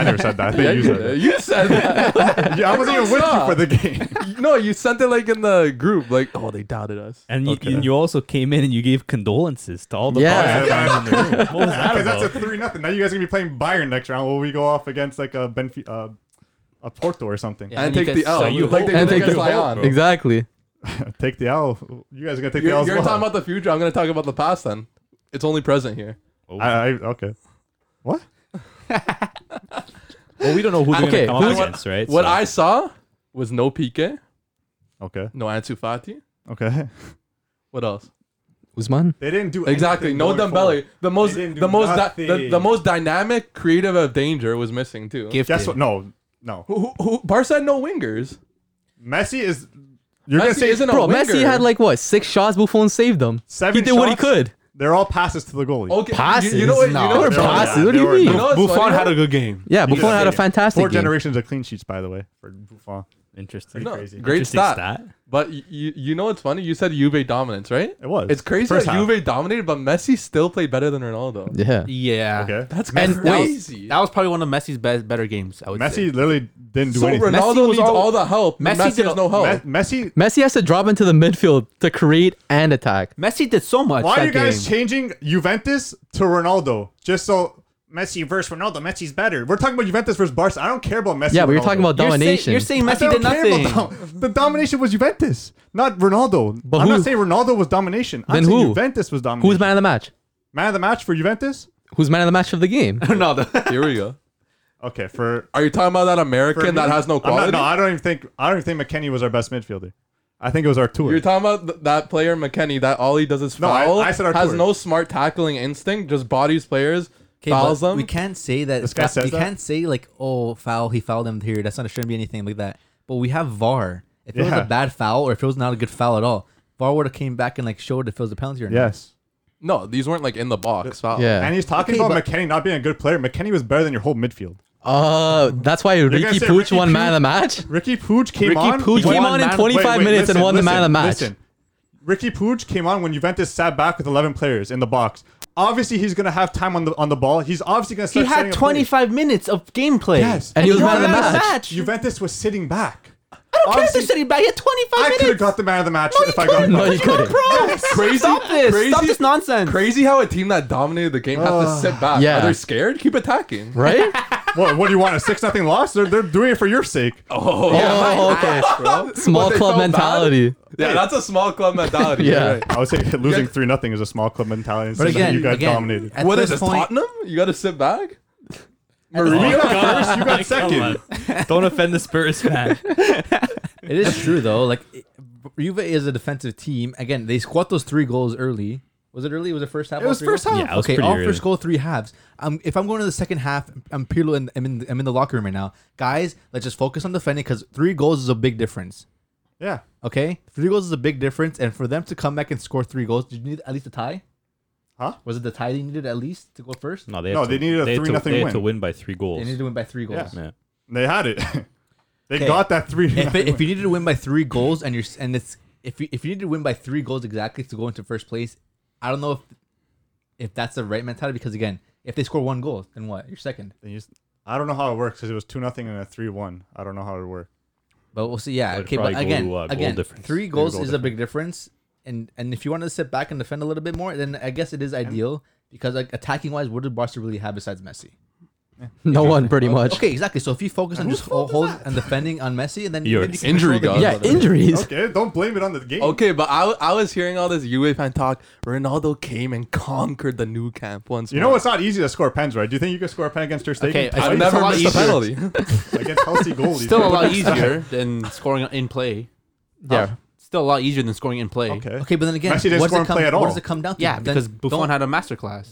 never said that. I think Yeah, you you, said did. that. You said that. Yeah, I wasn't even with you Stop. for the game. no, you sent it like in the group, like, oh, they doubted us. And you, Okay. and you also came in and you gave condolences to all the Yeah. Barca fans in the room. What was that Because that's a about? three nothing. Now you guys are gonna be playing Bayern next round. Will we go off against like a Benfica, uh, a Porto or something? Yeah. and And you take the guys- L. so you like hope- they and did take against the Lyon. hope, bro. Exactly. Take the L. You guys are gonna take the You're, L as you're well. talking about the future. I'm going to talk about the past then. It's only present here. Oh, I, I, okay. What? Well, we don't know who they're Okay, going to come who's- up against, right? What So- I saw was no Pique, Okay. no Ansu Fati. Okay. What else? Usman? They didn't do Exactly. anything No going Dembele. forward. The most, didn't do the most, di- the, nothing. the most dynamic, creative of danger was missing too. Gifted. Guess what? No, no. Who, who, who, Barca had no wingers. Messi is. You're gonna Messi say isn't a Bro, winger. Messi had like what? Six shots, Buffon saved them. he Seven did what he shots? could. They're all passes to the goalie. okay. Passes? You, you know what? No, you know Oh, what? they're Barca- passes. What do you mean? You know what's funny, though? good game. Yeah, He Buffon had a saved. fantastic Four game. generations of clean sheets, by the way, for Buffon. Interesting. No, crazy. great Interesting stat. But you, you know what's funny? You said Juve dominance, right? It was. It's crazy First that half. Juve dominated, but Messi still played better than Ronaldo. Yeah. Yeah. Okay. That's And that was, crazy. that was probably one of Messi's best, better games. I would Messi say. literally didn't do so anything. Ronaldo Messi was needs all- all, the help. Messi did Messi, has all- no help. Me- Messi. Messi has to drop into the midfield to create and attack. Messi did so much. Why that are you guys game. changing Juventus to Ronaldo just so Messi versus Ronaldo? Messi's better. We're talking about Juventus versus Barca. I don't care about Messi. Yeah, but you're Ronaldo. talking about You're saying- domination. You're saying, I Messi did don't care nothing. about dom- the domination was Juventus, not Ronaldo. But I'm who- not saying Ronaldo was domination. I'm Then saying who? Juventus was domination. Who's man of the match? Man of the match for Juventus? Who's man of the match of the game? Ronaldo. Here we go. Okay, for Are you talking about that for American me- that has no I'm not- quality? no, I don't even think I don't even think McKenny was our best midfielder. I think it was Artur. You're talking about th- that player McKenny that all he does is No, I- foul. I said Artur. has no smart tackling instinct. Just bodies players, Okay, fouls but them. We can't say that. This guy fa- says you that? can't say like, oh, foul. He fouled him here. That's not. It shouldn't be anything like that. But we have VAR. If it was Yeah. a bad foul, or if it was not a good foul at all, VAR would have came back and like showed if it was a penalty or not. yes. no, these weren't like in the box. Foul. Yeah. And he's talking Okay, about but- McKenny not being a good player. McKenny was better than your whole midfield. Uh, that's why Ricky say Pooch Ricky won man Pooch? of the match. Ricky Pooch came Ricky on. Pooch won- came on in man- 25 Wait, wait, minutes and listen, won the man of the match. listen, listen. Ricky Pooch came on when Juventus sat back with 11 players in the box. Obviously, he's gonna have time on the on the ball. He's obviously gonna. He Start had setting up plays. 25 minutes of gameplay. Yes. And he was man of the won match. Juventus was sitting back. I don't care if Honestly, they're sitting back. He had 25 I minutes. could have got the man of the match No, if you I got. couldn't. No, you it. couldn't. Crazy. Stop this. Stop Crazy- this nonsense. Crazy how a team that dominated the game has to sit back. Yeah. Are they scared? Keep attacking. Right? what, what do you want? A six nothing loss? They're, they're doing it for your sake. Oh, Oh, okay. bro. Small But they club felt bad. mentality. Yeah, that's a small club mentality. Yeah. You're right. I would say losing three nothing is a small club mentality. And But something again, you got again, dominated. At What is this, this point, Tottenham? You got to sit back? You got first. You got second. stat. Don't offend the Spurs fan. it is true though. Like, it, Juve is a defensive team. Again, they squat those three goals early. Was it early? Was it first half? It was first half. Yeah, it was okay, pretty all early. first goal, three halves. Um, if I'm going to the second half, I'm Pirlo and I'm in, I'm in the locker room right now. Guys, let's just focus on defending because three goals is a big difference. Yeah. Okay, three goals is a big difference, and for them to come back and score three goals, did you need at least a tie? Huh? Was it the tie they needed at least to go first? No, they, No, had they to, needed a had to- 3-0 They had win. to win by three They goals. needed to win by three goals. Yeah. They had it. they 'Kay. got that three. If, it- if you needed to win by three goals, and you're s- and it's if you if you need to win by three goals exactly to go into first place, I don't know if if that's the right mentality because again, if they score one goal, then what? You're second. Then you s- I don't know how it works because it was two nothing and a three one. I don't know how it worked. But we'll see. Yeah. Would Okay. probably But go again, to, uh, goal again, difference. three goals goal is a big difference. And and if you want to sit back and defend a little bit more, then I guess it is ideal because like attacking wise, what did Barca really have besides Messi? No one, pretty much. Okay, exactly. So if you focus on just ho- hold and defending on Messi, and then Your then you can injury control the gods. game a Yeah, little bit. injuries. Okay, don't blame it on the game. Okay, but I, I was hearing all this E UA fan talk. Ronaldo came and conquered the new camp once You know it's not easy to score pens, right? Do you think you could score a pen against your state? Okay, I- I've It's a never lot missed a easier. penalty. against Chelsea goalies. Still right? a lot easier than scoring in play. Yeah. Still a lot easier than scoring in play. Okay. Okay, but then again, Messi didn't what does score it and come, play at what all. does it come down to? Yeah, Then because Buffon don't- had a masterclass.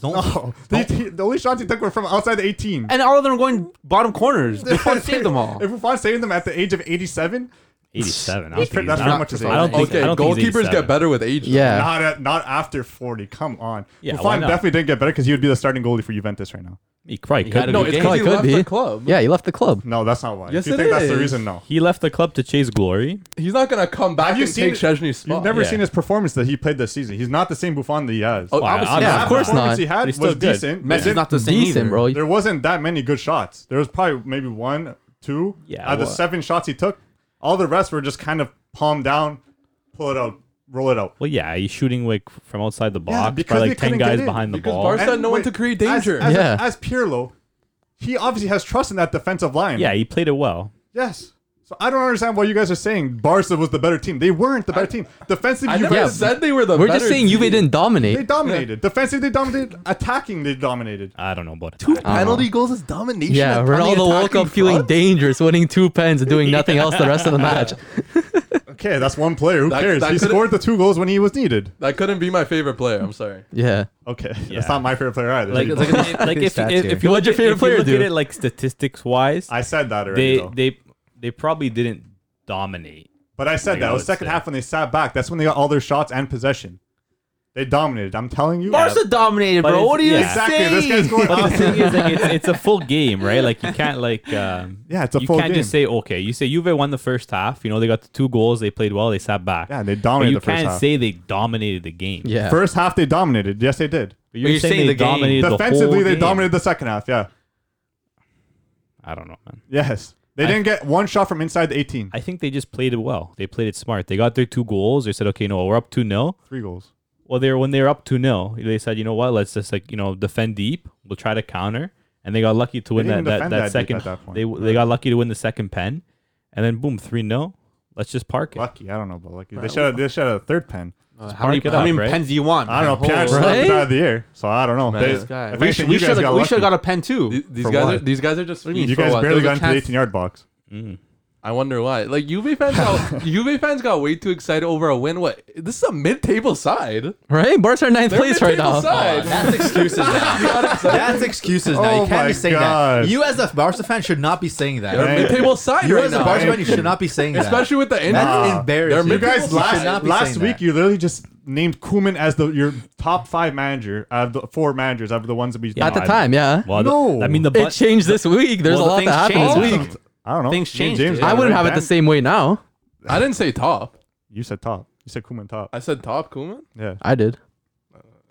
don't No, the, the only shots he took were from outside the 18. And all of them are going bottom corners. Buffon saved them all. If Buffon saved them at the age of 87, 87. I don't think pretty- he's that's pretty that. much his I don't age. think- okay, I don't think he's goalkeepers 87. get better with age. though. Yeah. Not at, not after 40. Come on. Yeah, why Buffon not? definitely didn't get better because he would be the starting goalie for Juventus right now. He probably He could. had a No, No, good game. it's because It he could left be. the club. Yeah, he left the club. No, that's not why. if Yes, you it think that's the is. reason, no. he left the club to chase glory. He's not going to come back Have you and seen take Chesney's You've spot. never Yeah. seen his performance that he played this season. He's not the same Buffon that he has. Oh, Why, obviously obviously. Yeah, The of course performance not. He had was But he's still good. decent. It Messi's didn't- not the same Decent, either. bro. there wasn't that many good shots. There was probably maybe one, two. Yeah, Out of the well- seven shots he took, all the rest were just kind of palm down, pull it out, roll it out. Well, yeah, he's shooting like from outside the box because by they like ten couldn't get guys in, behind the because ball. Barca- said no one to create as- danger. As, Yeah. as Pirlo, he obviously has trust in that defensive line. yeah, he played it well. Yes. So I don't understand why you guys are saying Barca was the better team. They weren't the better team. Defensively, I you never guys, said they were the We're better just saying Juve team. didn't they dominate. dominated. Defensively, they dominated. Attacking, they dominated. I don't know about Two that. penalty goals is domination. Yeah, on the Ronaldo woke attacking up feeling front? dangerous, winning two pens and doing nothing else the rest of the match. Okay, that's one player. Who That- cares? that he could've- scored the two goals when he was needed. That couldn't be my favorite player. I'm sorry. Yeah. Okay, Yeah. that's not my favorite player either. Like, like, like, if, Stats if, here. if you What'd look your favorite at- if you player look do? at it like statistics wise, I said that already. they though. they they probably didn't dominate. But I said Like, oh, that. I It was would second say. half when they sat back. That's when they got all their shots and possession. They dominated. I'm telling you. Barca dominated, But bro. it's- What are you yeah. Exactly, saying? this guy's going But the thing is, like, it's, it's a full game, right? Like you can't like um, Yeah, it's a you full can't game. just say okay. You say Juve won the first half. You know they got the two goals. They played well. They sat back. Yeah, they But dominated you the first can't half. say they dominated the game. Yeah. First half they dominated. Yes, they did. but you're, saying, they the game. dominated the whole Defensively, they game. dominated the second half. Yeah. I don't know, man. Yes. They I- didn't get one shot from inside the 18. I think they just played it well. They played it smart. They got their two goals. They said, okay, no, we're up two 0 Three goals. Well, they were when they were up two 0 They said, you know what? Let's just like you know defend deep. We'll try to counter, and they got lucky to win that didn't that, that, defend that deep second. at that point. They they got lucky to win the second pen, and then boom, three 0 Let's just park it. Lucky. I don't know, but lucky. They should have they should have a third pen. Uh, how many, Spark it how up, many right? pens do you want? I don't know. man? Pierre Holy just left right? it out of the year. So I don't know. Man, They- this guy. if We anything, should you we guys should got we should lucky. got a pen too. Th- These For guys what? are these guys are just do you mean. mean? You for guys what? barely There got was a into the chance- 18 yard box. I wonder why. Like Juve fans got Juve fans got way too excited over a win. What this is a mid table side. Right? Barca are ninth They're place right mid-table now. side. That's excuses now. That's excuses now. Oh you my can't be saying God. that. You as a Barca fan should not be saying that. They're Right. mid table side You right as a now. Barca fan, you should not be saying that. Especially with the injury. That's Nah. embarrassing. They're You guys People should last not be last saying week that. you literally just named Kuman as the your top five manager out of the four managers out of the ones that we At the I- time, yeah. Well, the- No. I mean the It but, changed this week. There's Well, a lot things that happened this changed. week. I don't know. Things Me and changed, dude. I got wouldn't have it then. the same way now. I didn't say top. You said top. You said Kuman top. I said top, Kuman. Yeah. I did.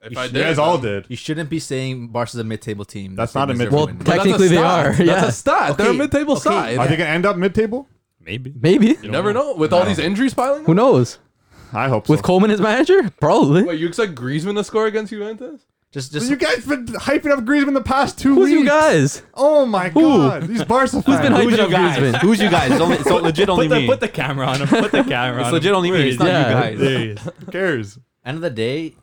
If You I should- did, uh, You guys all did. You shouldn't be saying Barca's a mid-table team. That's They not a deserve to mid-table Well, win. But that's a Technically, they stat. are, That's yeah. a stat. They're a Okay, mid table okay, side. Are they gonna end up mid table? maybe Maybe. You never know. With all these injuries piling Who up. knows? I hope so. With Coleman as manager? Probably. Wait, you expect Griezmann to score against Juventus? Just, But just you guys been hyping up Griezmann the past two Who's weeks. you guys? Oh my god, these Barca fans. been hyping Who's you up Griezmann? guys? Who's you guys? It's, only, it's legit only put the, me. put the camera on him. Put the camera on. it's legit him. only me. Where It's is not he? Yeah. you guys. There he is. Who cares? end of the day,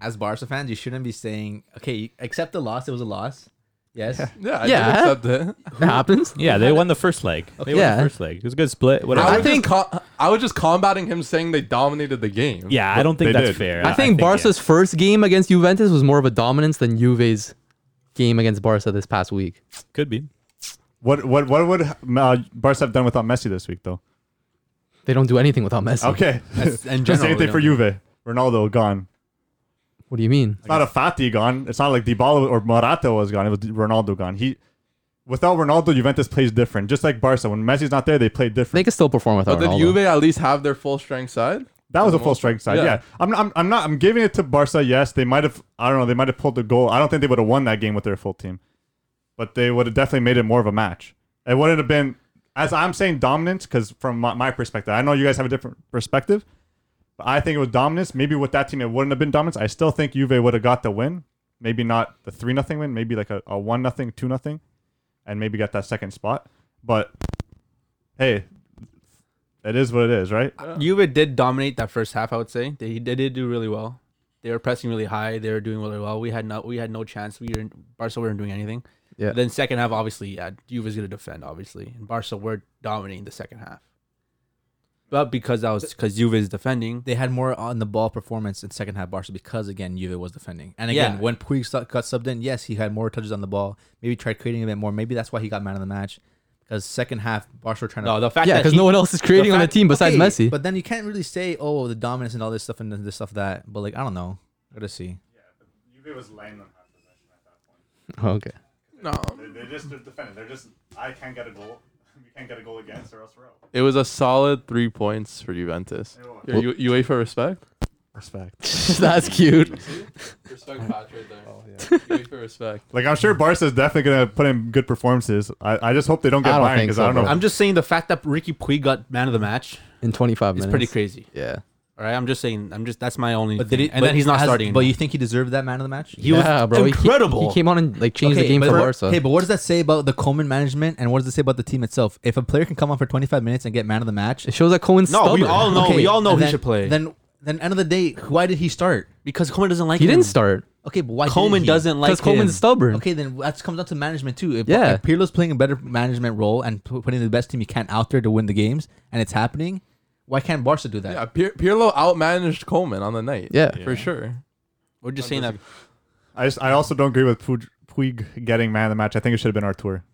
as Barca fans, you shouldn't be saying, okay, accept the loss. It was a loss. Yes. Yeah, I Yeah. did accept it. It happens. Yeah, they won the first leg. They won Yeah. the first leg. It was a good split. Whatever. I, I was think- think I was just combating him saying they dominated the game. yeah, I don't think They that's did. fair. I think Barca's first game against Juventus was more of a dominance than Juve's game against Barca this past week. yeah, could be. What what what would uh, Barca have done without Messi this week though? They don't do anything without Messi. Okay, That's- in the general, same we thing for don't- Juve. Ronaldo gone. What do you mean? It's not a Fati gone. It's not like Dybala or Morata was gone. It was Ronaldo gone. He without Ronaldo, Juventus plays different. Just like Barca, when Messi's not there, they play different. They can still perform without But did Ronaldo. Juve at least have their full strength side? That was a full strength side. Yeah. Yeah. I'm, I'm, I'm not. I'm giving it to Barca. Yes, they might have. I don't know. They might have pulled the goal. I don't think they would have won that game with their full team, but they would have definitely made it more of a match. It wouldn't have been, as I'm saying, dominance. Because from my, my perspective, I know you guys have a different perspective, but I think it was dominance. Maybe with that team, it wouldn't have been dominance. I still think Juve would have got the win. Maybe not the three nothing win. Maybe like a, a one nothing, two nothing, and maybe got that second spot. But hey, it is what it is, right? Uh, Juve did dominate that first half. I would say they, they did do really well. They were pressing really high. They were doing really well. We had not we had no chance. We were Barca weren't doing anything. Yeah. But then second half, obviously, yeah, Juve's gonna defend obviously, and Barca were dominating the second half. But because that was because Juve is defending, They had more on the ball performance in second half Barca because again Juve was defending. And again, Yeah. when Puig su- got subbed in, yes, he had more touches on the ball. Maybe tried creating a bit more. Maybe that's why he got man of the match because second half Barca were trying to no, the fact yeah, that because he- no one else is creating on the fact- team besides okay, Messi. But then you can't really say, oh, the dominance and all this stuff and this stuff that. But like, I don't know. Gotta see. Juve was laying them. okay. No. They just they're defending. They're just I can't get a goal. We can't get a goal against, or else we're out. It was a solid three points for Juventus. Your U- UEFA respect? Respect. That's cute. Respect patch right there. Oh, yeah. UEFA respect. Like I'm sure Barca's definitely gonna put in good performances. I, I just hope they don't get I don't Bayern think because so, I don't know. bro. I'm just saying the fact that Ricky Puig got man of the match In 25 is minutes. pretty crazy. Yeah. All right, I'm just saying. I'm just that's my only. But did he, and but then he's not has- starting. But anymore. you think he deserved that man of the match? He was yeah, bro. He- He, incredible. came on and like changed the game but, for but- Barca. Hey, but what does that say about the Coleman management and what does it say about the team itself? If a player can come on for 25 minutes and get man of the match, it shows that Cohen's No, stubborn. we all know. okay, we all know and he then- should play. Then, then end of the day, why did he start? because Coleman doesn't like He him. didn't start Okay, but why? Coleman didn't he? doesn't like because Coleman's him. stubborn. Okay, then that comes down to management too. If, Yeah. if Pirlo's playing a better management role and pu- putting the best team he can out there to win the games, and it's happening, why can't Barca do that? Yeah, Pir- Pirlo outmanaged Coleman on the night. Yeah. For sure. We're just saying that. I just I also don't agree with Puig, Puig getting man of the match. I think it should have been Artur.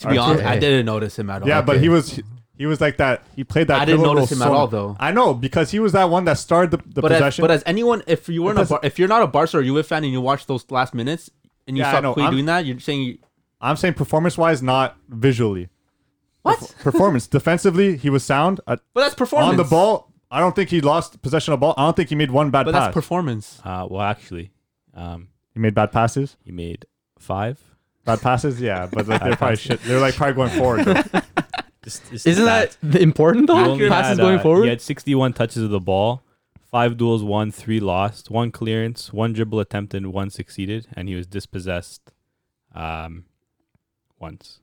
To be Arthur, honest, I hey. didn't notice him at all. Yeah, but he was He was like that. He played that. Oh, I didn't pivotal notice him at so- all, though. I know because he was that one that started the, the but as, possession. but as anyone, if you weren't a Because- Bar- if you're not a Barca or Juve fan and you watch those last minutes and you Yeah, I saw know. Puig I'm- doing that, you're saying you- I'm saying performance wise, not visually. what? Performance defensively, he was sound. Uh, But that's performance on the ball, I don't think he lost possession of ball. I don't think he made one bad But pass. that's performance. Uh, well, actually, um, he made bad passes. he made five. Bad passes, yeah, but like they're probably passes. shit. They're like probably going forward. though. Just, just Isn't that the important he though? only Passes had, going uh, forward. He had 61 touches of the ball, five duels won, three lost, one clearance, one dribble attempt, and one succeeded. And he was dispossessed um, once.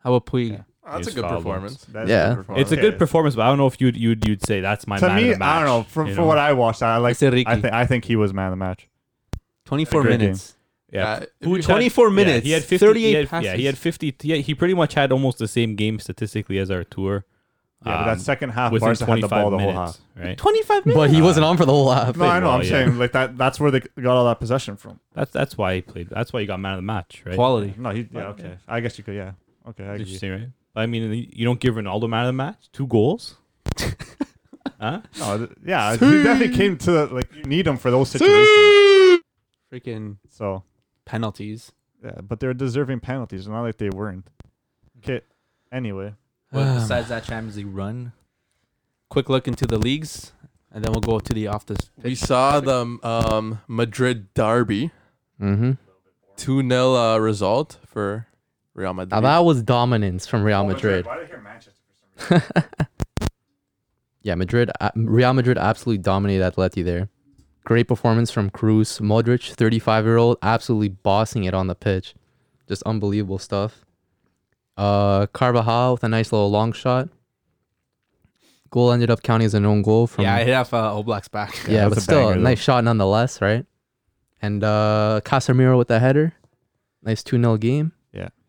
How about Puig? Yeah. That's a He's good fouled performance. That's Yeah. good performance. It's a Okay. good performance, but I don't know if you'd you'd you'd say that's my To man me, of the match. I don't know. From, you from what I watched, I like. It's Enrique. I think I think he was man of the match. 24 Great game. minutes. yeah. Uh, Puig had- 24 minutes, he had 50, 38 he had- passes. Yeah, he had 50. He, had- he pretty much had almost the same game statistically as our tour. Yeah, but that second half, Um, within Barca had the 25 ball the minutes, whole half. right? 25 minutes. but he wasn't on for the whole half. No, I know. well, I'm yeah. saying like that. That's where they got all that possession from. That's that's why he played. That's why he got man of the match, right? Quality. No, he. Yeah, okay. I guess you could. Yeah. Okay. I agree. Interesting, right? But, I mean, you- you don't give Ronaldo man of the match. Two goals. huh? No, th- yeah, he definitely came to the, like you need him for those situations. Freaking So penalties. yeah, but they're deserving penalties. Not like they weren't. Okay. Anyway, Well, Um, besides that Champions League run, quick look into the leagues, and then we'll go to the off the We saw the um, Madrid derby, Mm-hmm. 2 0 uh, result for Real Now Madrid. that was dominance from Real Madrid. Why did I hear Manchester? Yeah, Madrid, uh, Real Madrid absolutely dominated Atleti there. Great performance from Cruz, Modric, 35 year old, absolutely bossing it on the pitch. Just unbelievable stuff. Uh, Carvajal with a nice little long shot. Goal ended up counting as an own goal from Yeah, I hit off uh, Oblak's back. yeah, that's but a still banger, a though. nice shot nonetheless, right? And uh Casemiro with the header. Nice 2-0 game.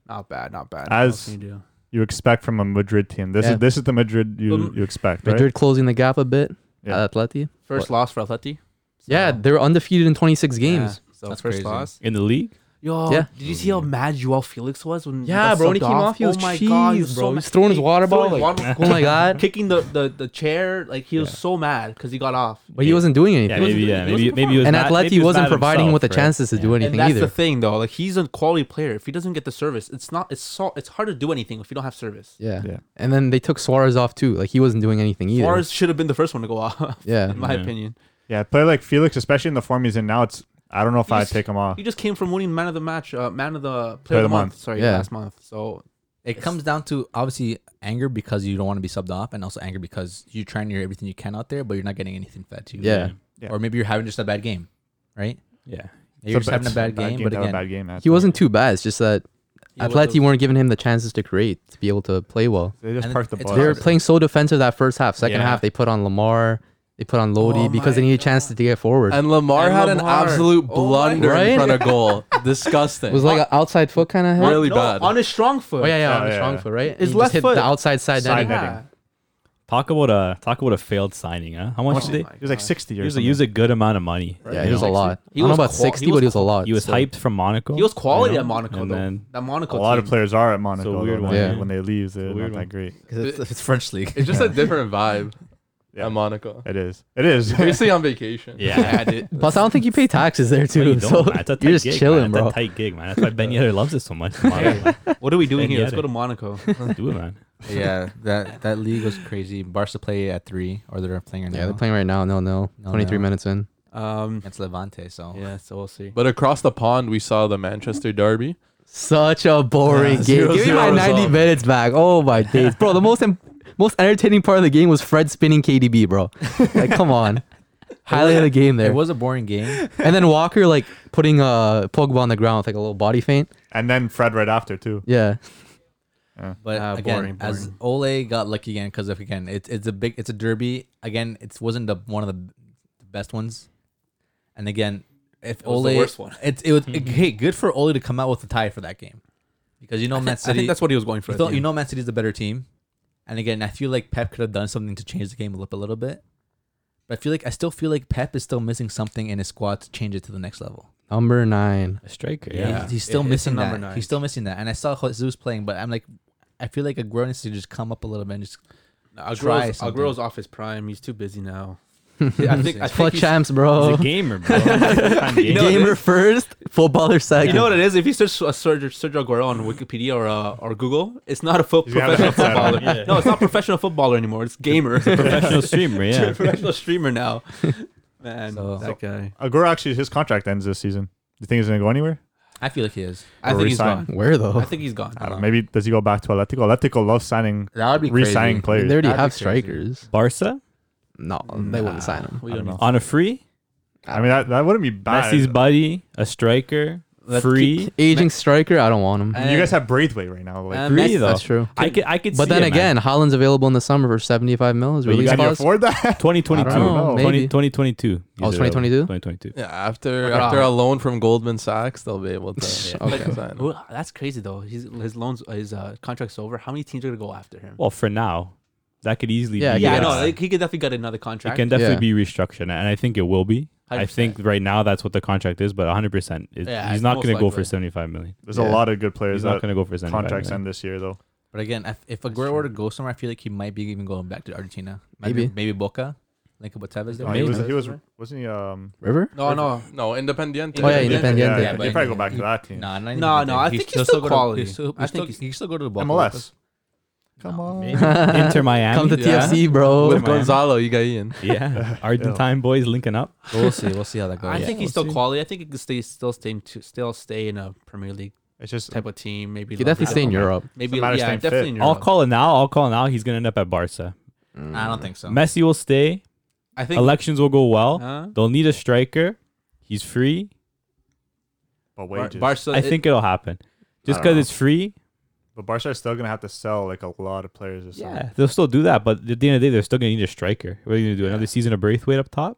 Not bad, not bad. As- What else can you do? You expect from a Madrid team. This Yeah. is this is the Madrid you, Um, you expect, right? Madrid closing the gap a bit Yeah. at Atleti. First loss for Atleti. Yeah, So, they were undefeated in 26 games. yeah, so That's first crazy. loss. In the league? Yo, Yeah. did you see how mad Joao Felix was when he Yeah, got bro, when he subbed came off, he was oh my God, he was cheese, so bro. He mad. was throwing his He water threw ball, his like, water oh my God. kicking the, the the chair like he was so mad because he got off. But he wasn't doing Yeah, anything. maybe. wasn't- Yeah, he wasn't maybe. Maybe. He was and mad- maybe Atleti he was wasn't mad at providing himself, with the right? chances to Yeah. do anything and that's either. the thing though. Like he's a quality player. If he doesn't get the service, it's not. It's so, It's hard to do anything if you don't have service. yeah. Yeah. And then they took Suarez off too. Like he wasn't doing anything either. Suarez should have been the first one to go off, Yeah. in my Yeah. opinion. Yeah, play like Felix, especially in the form he's in now. It's I don't know if You I'd just- take him off. He just came from winning man of the match, uh, man of the player of the month. Sorry, Yeah. last month. So it comes down to obviously anger because you don't want to be subbed off, and also anger because you're trying to do everything you can out there, but you're not getting anything fed to you. Yeah. Yeah. Or maybe you're having just a bad game, right? Yeah. It's You're just ba- having a it's bad, game, but to have a again, bad game. He wasn't too bad. It's just that Yeah, what Atleti the- weren't giving him the chances to create, to be able to play well. They just and parked the it's ball. They were hard. playing so defensive that first half. Second Yeah. half, they put on Lamar, they put on Lodi Oh because they my needed a chance to get forward. and Lamar And had Lamar. an absolute Oh my blunder Right? in front of goal. Disgusting. it was like an outside foot kind of head. really No, bad. on his strong foot. Oh yeah, yeah, Oh, on the yeah, strong yeah. foot, right? His He left just hit foot. the outside side Side netting. netting. Talk about a talk about a failed signing, huh? How much Oh did they? He was like sixty He or was, a, something. he was a good amount of money. Yeah, you he was a know? lot. I He don't know was about qual- he sixty, was but he was a qual- lot. He was so- hyped from Monaco. He was quality you know? at Monaco And though. then- that Monaco. a lot team. of players are at Monaco. weird though, one, when, yeah. they, when they leave, they're It's a weird not one. that great. 'Cause it's, it's French league. it's just a different vibe Yeah. at Monaco. It is. It is. Basically on vacation. Yeah. Plus, I don't think you pay taxes there No, too. you don't, so man. It's a tight you're just gig, man. chilling, It's bro. a tight gig, man. That's why Ben Yedder loves it so much. Monaco, man. What are we doing And here? he Let's had go it. to Monaco. Let's do it, man. yeah, that that league was crazy. Barca play at three, or they're playing right now. Yeah, they're playing right now. No, no, No, twenty three no. minutes in. Um, It's Levante, so yeah, so we'll see. But across the pond, we saw the Manchester derby. Such a boring Yeah, game. zero, Give me zero my result. 90 minutes back. Oh my days, bro. The most em- most entertaining part of the game was Fred spinning KDB, bro. Like, come on. Highlight of the game there. It was a boring game. And then Walker like putting uh Pogba on the ground with like a little body feint. and then Fred right after too. Yeah, But Ah, again, boring, as Ole got lucky again because of again, it's it's a big, it's a derby. Again, it wasn't the one of the best ones. And again, if was Ole, the worst one. it's it was hey, good for Ole to come out with a tie for that game, because you know Man I City. think that's what he was going for. you, at thought, the you end. know Man City's the better team, and again, I feel like Pep could have done something to change the game up a little bit. But I feel like I still feel like Pep is still missing something in his squad to change it to the next level. number nine. A striker. Yeah. Yeah. He's, he's still It- it's a missing number that. nine. He's still missing that. And I saw Jesus playing, but I'm like, I feel like Aguero needs to just come up a little bit and just Try Aguero's, something. Aguero's off his prime. He's too busy now. I think I Foot think he's- champs, bro. He's a gamer, bro. Full-time gamer. know, Gamer this- first, footballer second. You know what it is? If you search uh, Sergio, Sergio Aguero on Wikipedia or uh, or Google, it's not a fo- He's gonna have an professional upset on footballer. No, it's not professional footballer anymore. It's gamer. professional streamer, yeah. professional streamer now. Man, So- that guy. Aguero actually his contract ends this season. Do you think he's gonna go anywhere? I feel like he is. I think he's resign. gone. Where though? I think he's gone. I don't know. Maybe does he go back to Atletico? Atletico loves signing, That would be re-signing I mean, players. they already That'd be have crazy. strikers. Barca No, they wouldn't sign him. We Oh, I don't know. on a free, I mean, that, that wouldn't be bad. Messi's buddy, a striker, Let's free. keep- Aging striker, I don't want him. you guys have Braithwaite right now. Like, Uh, free Messi- though. That's true. I could, I could. But see then it, man. again, Holland's available in the summer for 75 mil. Is you release can clause. afford that? 2022. I don't know. 20, Maybe. 2022. Oh, it's 2022? 2022. Yeah, after Wow. after a loan from Goldman Sachs, they'll be able to Okay. sign. him. Well, that's crazy though. His his loans, his uh, contract's over. How many teams are gonna go after him? Well, for now, that could easily Yeah, be. yeah, I yes. know. uh, Like, he could definitely get another it contract. can definitely Yeah. be restructured, and I think it will be. I 100%. think right now that's what the contract is, but 100. percent Yeah, He's not most going to go likely. for 75 million. There's Yeah. a lot of good players He's that not going to go for 75 contracts million. end this year though. But again, if, if Aguero were to go somewhere, I feel like he might be even going back to Argentina. Maybe. maybe Boca, like what Tevez No, he did. was he was wasn't he um River? No, no, No, Independiente. Oh, yeah, Independiente. yeah, Yeah, yeah, but they probably go back to that team. Nah, not even No, good no, there. I He think still he's still go quality. To, he still, he I still, think he's- he can still go to the Boca. MLS. Come on. Inter Miami. Come to yeah. TFC, bro. With Gonzalo Higuain. Yeah, Argentine boys linking up. we'll see. We'll see how Oh, that goes. I Yeah. think he's still quality. I think he could stay, still stay, in two- still stay in a Premier League It's just type of team. Maybe You definitely stay in Europe. It's Maybe a matter of yeah, staying definitely fit. in I'll Europe. call it now. I'll call it now. He's going to end up at Barca. Mm. I don't think so. Messi will stay. I think. Elections will go well. Huh? They'll need a striker. He's free. but Bar- wages. Barca, I think it'll happen. Just I don't because know. it's free, but Barca is still gonna have to sell like a lot of players this summer. yeah, they'll still do that. But at the end of the day, they're still gonna need a striker. What are you gonna do? Another season of Braithwaite up top?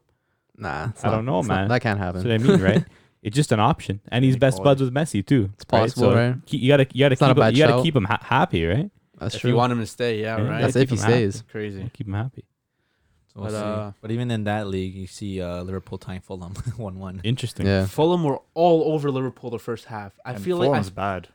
Nah, it's I not- don't know, it's not- man. that can't happen. That's what I mean, right? It's just an option, and he's Any best buds quality. with Messi too. It's possible, right? Keep- You gotta, you gotta It's keep, not a him, bad you gotta shout. keep him ha- happy, right? That's if true. you want him to stay, yeah, Yeah, right. That's keep if he him happy. stays. crazy. Keep him happy. So we'll But, see. uh, but even in that league, you see uh, Liverpool tying Fulham one-one. Interesting. Yeah. Fulham were all over Liverpool the first half. I And feel Fulham's like bad.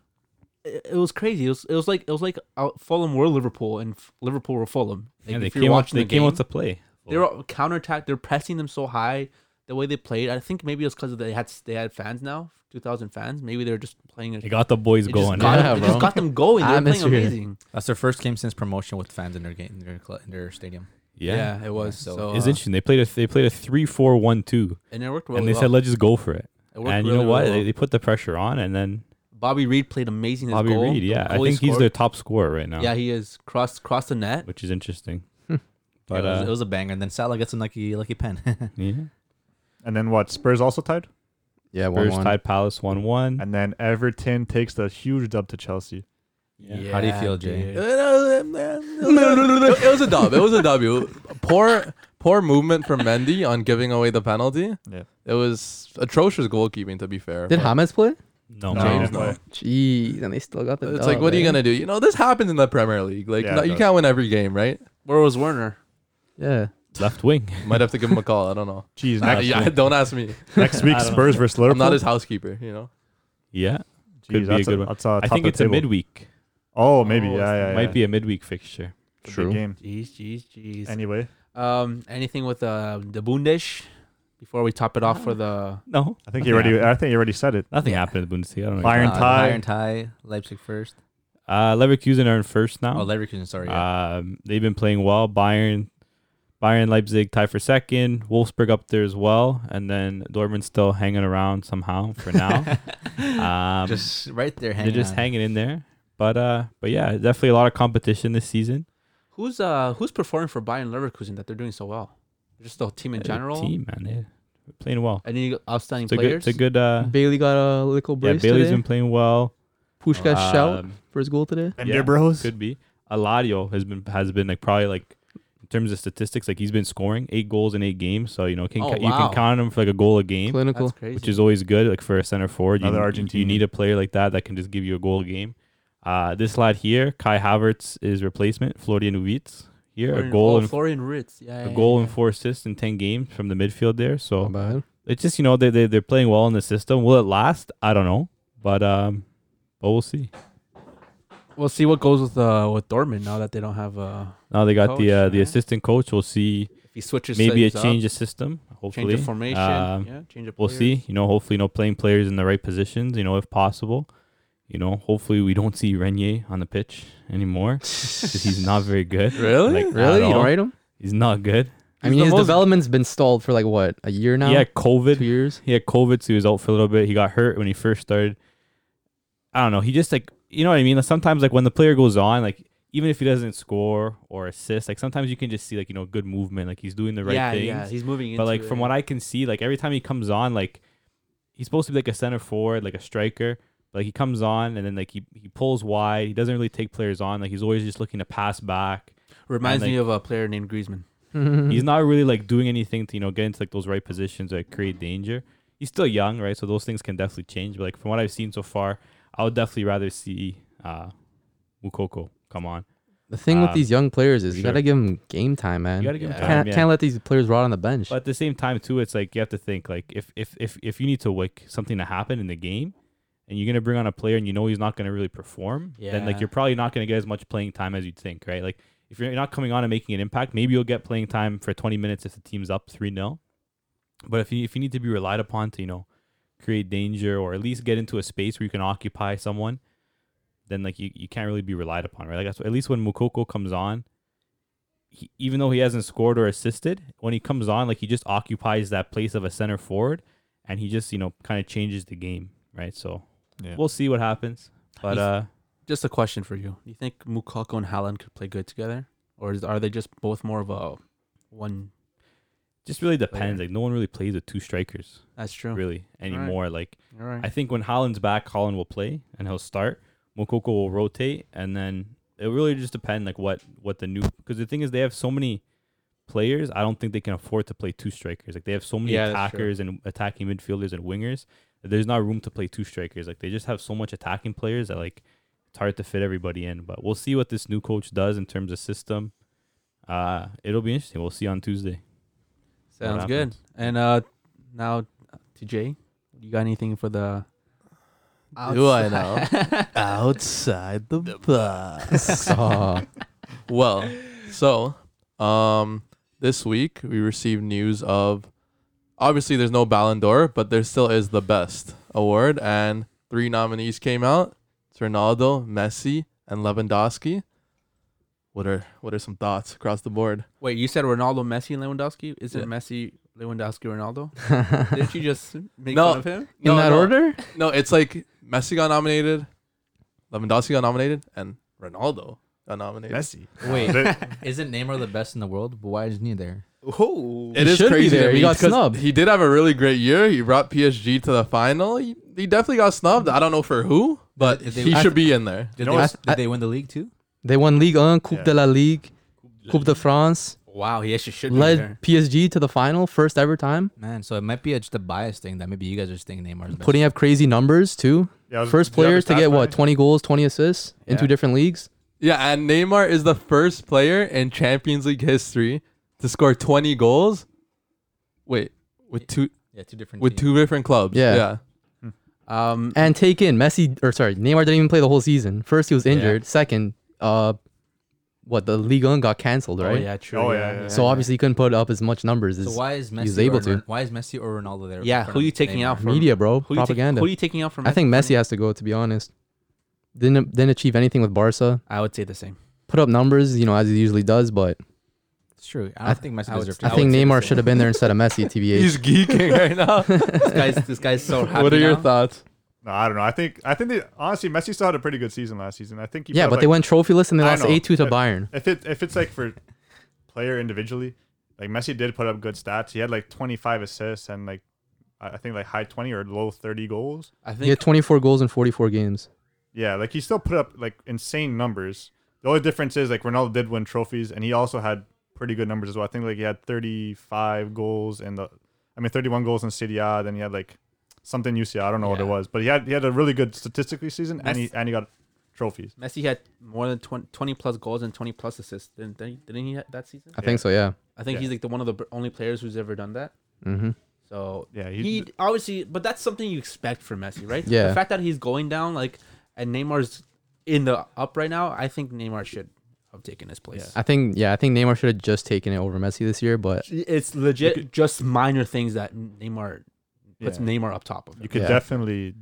I, it it was crazy. It was, it was like it was like uh, Fulham were Liverpool and F- Liverpool were Fulham. Like, Yeah, they if you're came out. watching They the came game, out to play. they were counterattack. They're pressing them so high. The way they played, I think maybe it was because they had they had fans now, two thousand fans. Maybe they were just playing. A, They got the boys it going. Just got, Yeah, it just bro. got them going. They were playing Atmosphere. amazing. That's their first game since promotion with fans in their game, in their, cl- in their stadium. Yeah. it was. So, So, It's uh, interesting. They played a they played a three four one two, and it worked really and they well. said let's just go for it. It worked And you really, know really what? well. They, they put the pressure on, and then Bobby Reed played amazing. in His Bobby goal. Reed. The Yeah, I goal he think he's scored. their top scorer right now. Yeah, he is. Cross cross the net. which is interesting. But, But it, was, it uh, was a banger. And then Salah gets a lucky lucky pen. yeah. And then what? Spurs also tied? Yeah, one Spurs one. tied Palace one one. And then Everton takes the huge dub to Chelsea. How do you feel, Jay? dude. it was a dub. It was a W. Poor poor movement from Mendy on giving away the penalty. Yeah. It was atrocious goalkeeping to be fair. Did Hamas play? No, No. James. James, No. no. Jeez, and they still got the. eh? it's like what are you gonna do? You know, this happens in the Premier League. Like Yeah, no, it you does. can't win every game, right? Where was Werner? Yeah. Left wing. Might have to give him a call. I don't know. Jeez, I- next, yeah, don't ask me. next I week don't Spurs versus I'm Liverpool. not his housekeeper, you know. Yeah, Jeez, could be a that's good one. That's a I top think of it's a table. midweek. Oh, maybe. Oh, yeah, yeah, yeah. Might be a midweek fixture. It's a big True. game. Jeez, jeez, jeez. Anyway, um, anything with uh, the Bundish before we top it off for the No, I think you already. I think you already said it. Nothing happened in the Bundesliga. I don't know. Bayern Uh, tie. Bayern tie. Leipzig first. Uh, Leverkusen are in first Oh, now. Leverkusen. Sorry. yeah. Um, they've been playing well. Bayern, Bayern, Leipzig tie for second. Wolfsburg up there as well, and then Dortmund still hanging around somehow for now. um, just right there. they're Hanging just on. hanging in there. But uh, but yeah, definitely a lot of competition this season. who's uh who's performing for Bayern Leverkusen that they're doing so well? Just the team in Yeah, general. team man, yeah. They're playing well. Any outstanding It's a good, players? it's a good. Uh, Bailey got a little yeah, brace Bailey's today. been playing well. Pushka's shout Um, for his goal today. And Yeah. your bros. Could be. Aladio has been has been like probably like in terms of statistics, like he's been scoring eight goals in eight games. So you know can Oh, you wow. can count on him for like a goal a game, Clinical. That's crazy. which is always good. Like for a center forward, you, Another you- you Argentinian. need a player like that that can just give you a goal a game. Uh, this lad here, Kai Havertz, is replacement. Florian Uvits here, Florian, a goal oh, and Florian Ritz. Yeah, a yeah, goal yeah. and four assists in ten games from the midfield there. Not So Um, bad. it's just you know they they they're playing well in the system. Will it last? I don't know, but um, but we'll see. We'll see what goes with uh with Dortmund now that they don't have uh Now they got Coach, the uh, the yeah. assistant coach. We'll see. if he switches Maybe a things change up, of system. Hopefully, change of formation, Um, yeah, change of we'll see. You know, hopefully, you know, playing players in the right positions. You know, if possible. You know, hopefully, we don't see Renier on the pitch anymore 'cause he's not very good. Really? Like, at Really? You all. don't rate him? He's not good. I mean, the his most- development's been stalled for like what a year now. He had two COVID. years. He had COVID, so he was out for a little bit. He got hurt when he first started. I don't know. He just like you know what I mean. Like, sometimes like when the player goes on, like even if he doesn't score or assist, like sometimes you can just see like you know good movement. Like he's doing the right yeah, things. yeah, he's moving. But like from what I can see, like every time he comes on, like he's supposed to be like a center forward, like a striker. But like he comes on and then like he, he pulls wide. He doesn't really take players on. Like he's always just looking to pass back. reminds and, me of a player named Griezmann. Mm-hmm. He's not really like doing anything to you know get into like those right positions that create danger. He's still young, right? So those things can definitely change. But like from what I've seen so far, I would definitely rather see uh Mukoko come on. The thing with Um, these young players is you sure. gotta give them game time, man. You gotta give him can't, time. yeah. can't let these players rot on the bench. But at the same time, too, it's like you have to think like if if if if you need to like something to happen in the game, and you're gonna bring on a player and you know he's not gonna really perform, then like Yeah. you're probably not gonna get as much playing time as you'd think, right? Like if you're not coming on and making an impact, maybe you'll get playing time for 20 minutes if the team's up three 0 But if you if you need to be relied upon to you know create danger or at least get into a space where you can occupy someone, then like you, you can't really be relied upon, right? Like that's at least when Mukoko comes on, he, even though he hasn't scored or assisted, when he comes on, like he just occupies that place of a center forward, and he just you know kind of changes the game, right? So Yeah. we'll see what happens. But He's- uh, Just a question for you: Do you think Mukoko and Haaland could play good together, or is, are they just both more of a one? just really depends. Like no one really plays with two strikers That's true. really anymore. Like All right. I think when Holland's back, Holland will play and he'll start. Mokoko will rotate, and then it really just depend like what what the new because the thing is they have so many players. I don't think they can afford to play two strikers. Like they have so many Yeah, that's true. attackers and attacking midfielders and wingers. That there's not room to play two strikers. Like they just have so much attacking players that like it's hard to fit everybody in. But we'll see what this new coach does in terms of system. Uh, it'll be interesting. We'll see on Tuesday. Sounds What good. And uh, now to Jay, you got anything for the? Do uh, I know? Outside the box. well, so um, this week we received news of obviously there's no Ballon d'Or, but there still is the best award, and three nominees came out: it's Ronaldo, Messi, and Lewandowski. What are what are some thoughts across the board? Wait, you said Ronaldo, Messi, and Lewandowski. Isn't Yeah. Messi, Lewandowski, Ronaldo? Didn't you just make No. fun of him? In No, that no. order, No, it's like Messi got nominated, Lewandowski got nominated, and Ronaldo got nominated. Messi. Wait, They- isn't Neymar the best in the world? But why isn't he there? Oh, It He is should be crazy. to there. He me got 'cause snubbed. He did have a really great year. He brought PSG to the final. He, he definitely got snubbed. I don't know for who, but Did they- he I- should be in there. Did, know they, what's- did they win the league too? they won Ligue 1, Coupe Yeah. de la Ligue, Coupe de France, wow, he actually should be led there. PSG to the final, first ever time, Man, so it might be a, just a bias thing that maybe you guys are just thinking Neymar's best. putting up crazy numbers too. Yeah, I was- First did you have player the to stats get what behind? 20 goals, 20 assists in two Yeah. different leagues. Yeah, and Neymar is the first player in Champions League history to score 20 goals. Wait, with two yeah, two different. with teams. two different clubs. Yeah. yeah. Um, And take in Messi or sorry, Neymar didn't even play the whole season. First he was injured. Second, uh, what the Ligue 1 got canceled, right? Oh yeah, true. Oh, yeah, yeah, So obviously he couldn't put up as much numbers as So why is Messi? was able or, to. Ron- Why is Messi or Ronaldo there? in Yeah, front who of you taking Neymar? out for media, bro. Who propaganda. You take, who you taking out from? I think Messi? Messi has to go. To be honest, didn't didn't achieve anything with Barca. I would say the same. Put up numbers, you know, as he usually does, but It's true. I I don't think Messi I would- deserved. I, think Neymar should have been there instead of Messi. He's TBH. geeking right now. This guy's this guy's so happy. what are your now. thoughts? No, I don't know. I think I think they, honestly Messi still had a pretty good season last season. I think he Yeah, put but up, they like, went trophyless and they I lost know. eight two to Yeah. Bayern. If it if it's like for player individually, like Messi did put up good stats. He had like 25 assists and like I I think like high 20 or low 30 goals. I He think had 24 goals in 44 games. Yeah, like he still put up like insane numbers. The only difference is like Ronaldo did win trophies and he also had pretty good numbers as well. I think like he had 35 goals and the I mean 31 goals in Serie A, then he had like something UCI, I don't know what it Yeah. was, but he had he had a really good statistically season and he Messi- and he got trophies. Messi had more than 20, 20 plus goals and twenty plus assists. Didn't didn't didn't he ha- that season? I think so. Yeah. I think Yeah. he's like the one of the b- only players who's ever done that. Mm-hmm. So Yeah, he- he, obviously, but that's something you expect from Messi, right? Yeah. The fact that he's going down like, and Neymar's in the up right now, I think Neymar should have taken his place. I think yeah, I think Neymar should have just taken it over Messi this year, but It's legit just minor things that Neymar puts Yeah. Neymar up top of. You him. could Yeah. definitely.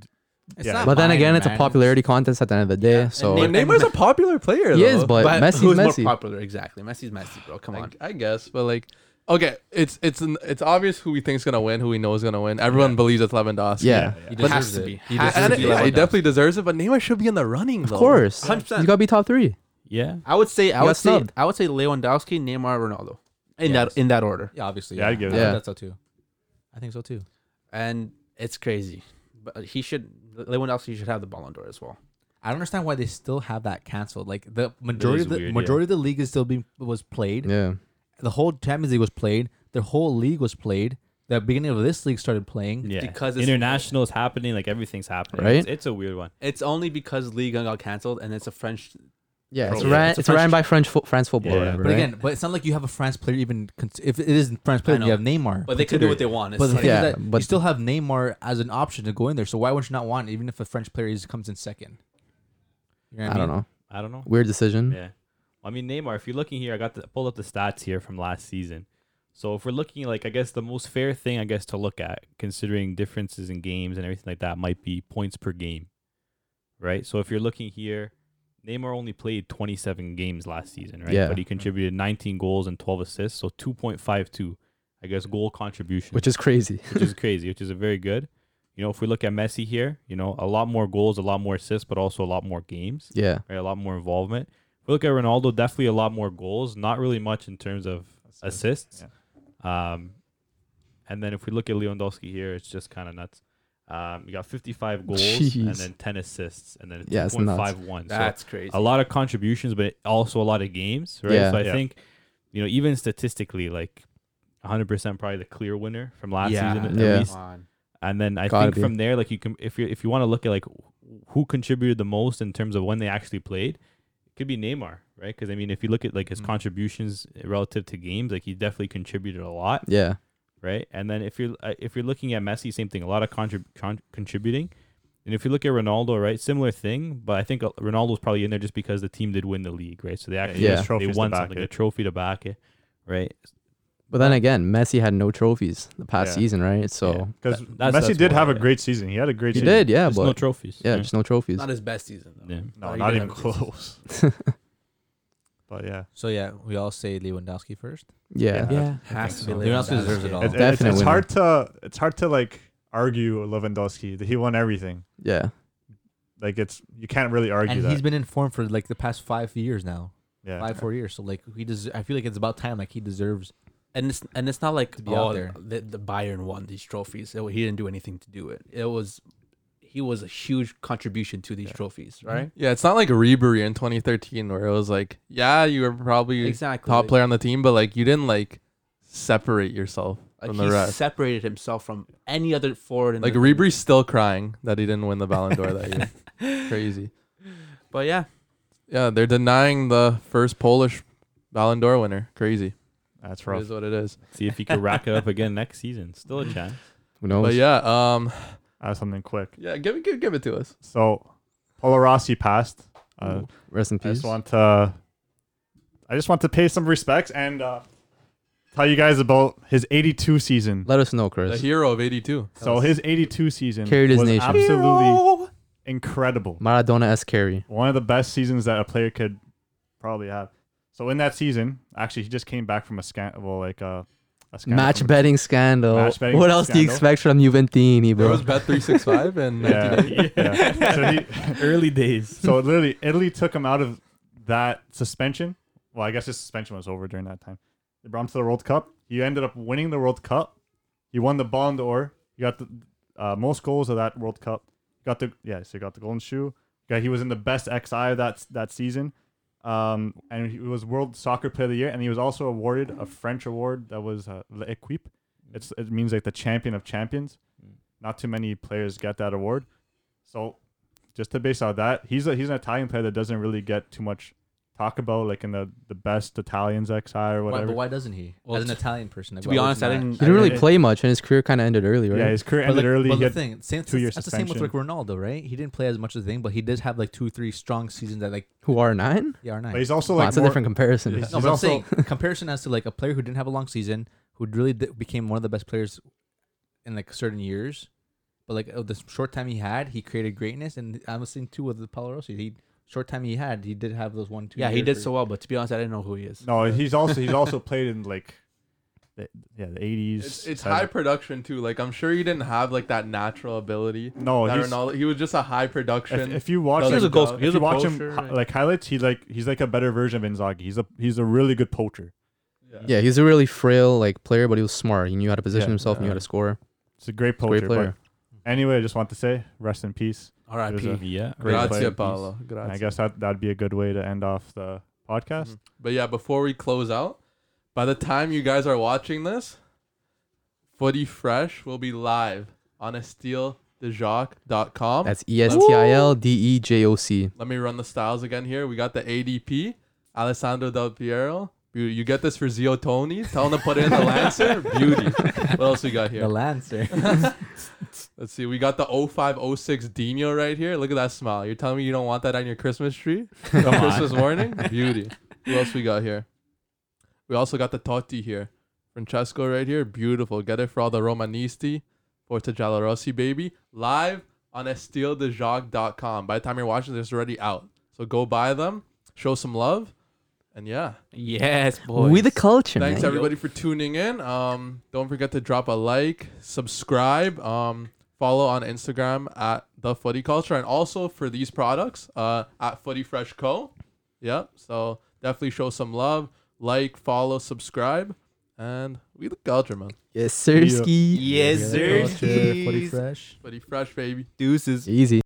It's Yeah. not but then mine, again, it's a man. popularity contest at the end of the day. and so Neymar- Neymar's a popular player. He is, though. but, Messi's who's Messi. more popular? Exactly, Messi's Messi, bro. Come I, on. I guess, but like, okay, it's it's an- it's obvious who we think is gonna win, who we know is gonna win. Everyone believes it's Lewandowski. yeah, He But- deserves it. He I- deserves and to it- be yeah, he Lewandowski. definitely deserves it. But Neymar should be in the running, though. of course, he's 100%. gotta be top three. Yeah. I would say I got would say snubbed. I would say Lewandowski, Neymar, Ronaldo, in Yes. that in that order, Yeah, obviously. Yeah, I'd give it I that. think that's so too. I think so too. and it's crazy. But he should Lewandowski should have the Ballon d'Or as well. I don't understand why they still have that canceled. Like the majority of the weird, yeah. majority of the league is still being was played. Yeah, The whole Champions League was played. The whole league was played. The beginning of this league started playing. Yeah. Because Because it's- international is happening, like everything's happening. Right? It's, it's a weird one. It's only because Ligue 1 got canceled and it's a French. yeah, it's Probably. ran, It's it's, a ran French- by French fo- France football, Yeah. or whatever, But right? again, but it's not like you have a France player even. Con- if it is a France player, know. you have Neymar. But they could do what they considered. want. It's But the like- thing Yeah, is that but- you still have Neymar as an option to go in there. So why would you not want, it, even if a French player is, comes in second? You I, what don't mean? know. I don't know. Weird decision. Yeah. I mean, Neymar, if you're looking here, I got the, pulled up the stats here from last season. So if we're looking, like, I guess the most fair thing, I guess, to look at, considering differences in games and everything like that, might be points per game, right? So if you're looking here, Neymar only played 27 games last season, right? Yeah. Mm-hmm. But he contributed 19 goals and 12 assists, so 2.52, I guess, goal contribution Which is crazy. which is crazy, which is a very good. You know, if we look at Messi here, you know, a lot more goals, a lot more assists, but also a lot more games, Yeah, right? A lot more involvement. If we look at Ronaldo, definitely a lot more goals, not really much in terms of assists. Um, and then if we look at Lewandowski here, it's just kind of nuts. Um, you got 55 goals and Jeez. then 10 assists and then Yeah, it's nuts. 2.51. So That's crazy. a lot of contributions, but also a lot of games, right? Yeah. So I Yeah. think, you know, even statistically, like 100% probably the clear winner from last season at Yeah. least. Come on. And then I Gotta think be. from there, like you can, if you if you want to look at like wh- who contributed the most in terms of when they actually played, it could be Neymar, right? Because I mean, if you look at like his Mm. contributions relative to games, like he definitely contributed a lot, yeah, right? And then if you're uh, if you're looking at Messi, same thing, a lot of contrib- con- contributing. And if you look at Ronaldo, right, similar thing, but I think uh, Ronaldo's probably in there just because the team did win the league, right? So they actually he has just- they trophies to won back something, it. a trophy to back it, right? but then again, Messi had no trophies the past Yeah. season, right? So Because That- Messi that's- that's did why, have a yeah. great season. He had a great he season. did, yeah, Just no but trophies. yeah, just no trophies. Not his best season though. Yeah. No, Not not even even Oh, have a good season. close. but yeah. So yeah, we all say Lewandowski first. Yeah, Yeah, has to be so. Lewandowski deserves it all. It- it- it's, Definite it's winner. hard to it's hard to like argue with Lewandowski that he won everything. yeah, Like it's you can't really argue and that. he's been in form for like the past five years now, yeah. five four years. So like he does. I feel like it's about time. Like he deserves. and it's and it's not like be out oh, there. the, the Bayern won these trophies. It- he didn't do anything to do it. It was he was a huge contribution to these trophies, right? Yeah, Mhm. it's not like Ribery in 2013 where it was like, yeah, you were probably Exactly. top player on the team, but like you didn't like separate yourself Like from he the rest. separated himself from any other forward. In Like the- Ribery's still crying that he didn't win the Ballon d'Or that year. Crazy. but yeah, Yeah, they're denying the first Polish Ballon d'Or winner. Crazy. That's It rough. is what it is. See if he could rack it up again next season. Still a chance. who knows? But yeah, um, I have something quick. yeah, give it, give, give it to us. So Polo Rossi passed. Uh, Rest in I peace. just want to I just want to pay some respects and uh, tell you guys about his 82 season. Let us know, The Chris. hero of '82. So his 82 season Carried his was nation. absolutely incredible. Maradona S. Carey. one of the best seasons that a player could probably have. So in that season, actually, he just came back from a scan, well, like uh, a scandal Match from- betting scandal. Match betting what else do you scandal. expect from Juventini, There bro? was Bet365 and Yeah, yeah. So, he, Early days. so literally, Italy took him out of that suspension. Well, I guess his suspension was over during that time. They brought him to the World Cup. He ended up winning the World Cup. He won the Ballon d'Or. He got the uh, most goals of that World Cup. Got the yeah, so he got the golden shoe. Yeah, he was in the best XI of that that season. Um, and he was World Soccer Player of the Year, and he was also awarded a French award that was uh, l'Equipe. It's it means like the champion of champions. Not too many players get that award, so just to base on that, he's a, he's an Italian player that doesn't really get too much talk about like in the the best Italians XI or Why, whatever. but why doesn't he? Well, As an t- Italian person, like, to why be wasn't honest, I that? didn't. He didn't really I- play much, and his career kind of ended early, right? Yeah, his career But ended like- early. but He the had thing, same, two-year that's the same with like Ronaldo, right? He didn't play as much as the thing, but he did have like two, three strong seasons that like Who are nine? yeah are But nice. he's also Wow, like that's a more- different comparison. he's- No, he's but I'm also- saying comparison as to like a player who didn't have a long season, who really di- became one of the best players in like certain years, but like of the short time he had, he created greatness. And I was seeing too with the Paulo Rossi. He short time he had, he did have those one two. Yeah, he years did where- so well, but to be honest, I didn't know who he is. No, he's also he's also played in like, the, yeah, the eighties. It's, it's high production too. Like I'm sure he didn't have like that natural ability. No, that Oh, he's, Ronaldo, he was just a high if, production. if you watch, He was him, a goal- he was if you a watch him poacher, hi- right? like highlights, he like he's like a better version of Inzaghi. He's a he's a really good poacher. Yeah, he's a really frail like player, but he was smart. He knew how to position Yeah, himself. He knew yeah. how to score. It's a great poacher. Great player. But anyway, I just want to say rest in peace. R.I.P. There's Yeah. Great player, Grazie, please. Paolo. And I Grazie. guess that that'd be a good way to end off the podcast. Mhm. But yeah, before we close out, by the time you guys are watching this, Footy Fresh will be live on Oh. estiledejoc.com. That's E S T I L D E J O C. Let me run the styles again here. We got the ADP, Alessandro Del Piero. You, you get this for Zio Tony. Tell him to put in the Lancer. Beauty. What else we got the here? Lancer. Let's see. We got the 0506 Dino right here. Look at that smile. You're telling me you don't want that on your Christmas tree? Come on on. Christmas morning? Beauty. Who else we got here? We also got the Totti here. Francesco right here. Beautiful. Get it for all the Romanisti. Forza Giallorossi, baby. Live on estiledejoc.com. By the time you're watching this, it's already out. So go buy them. Show some love. And yeah. Yes, boy. We the culture, Thanks man. everybody for tuning in. Um, don't forget to drop a like, subscribe, um, follow on Instagram at the Footy Culture, and also for these products uh, at Footy Fresh Co. Yep. So definitely show some love, like, follow, subscribe, and we the culture, man. Yes, sirski. Yes, sir. Pretty fresh. Footy Fresh, baby. Deuces. Easy.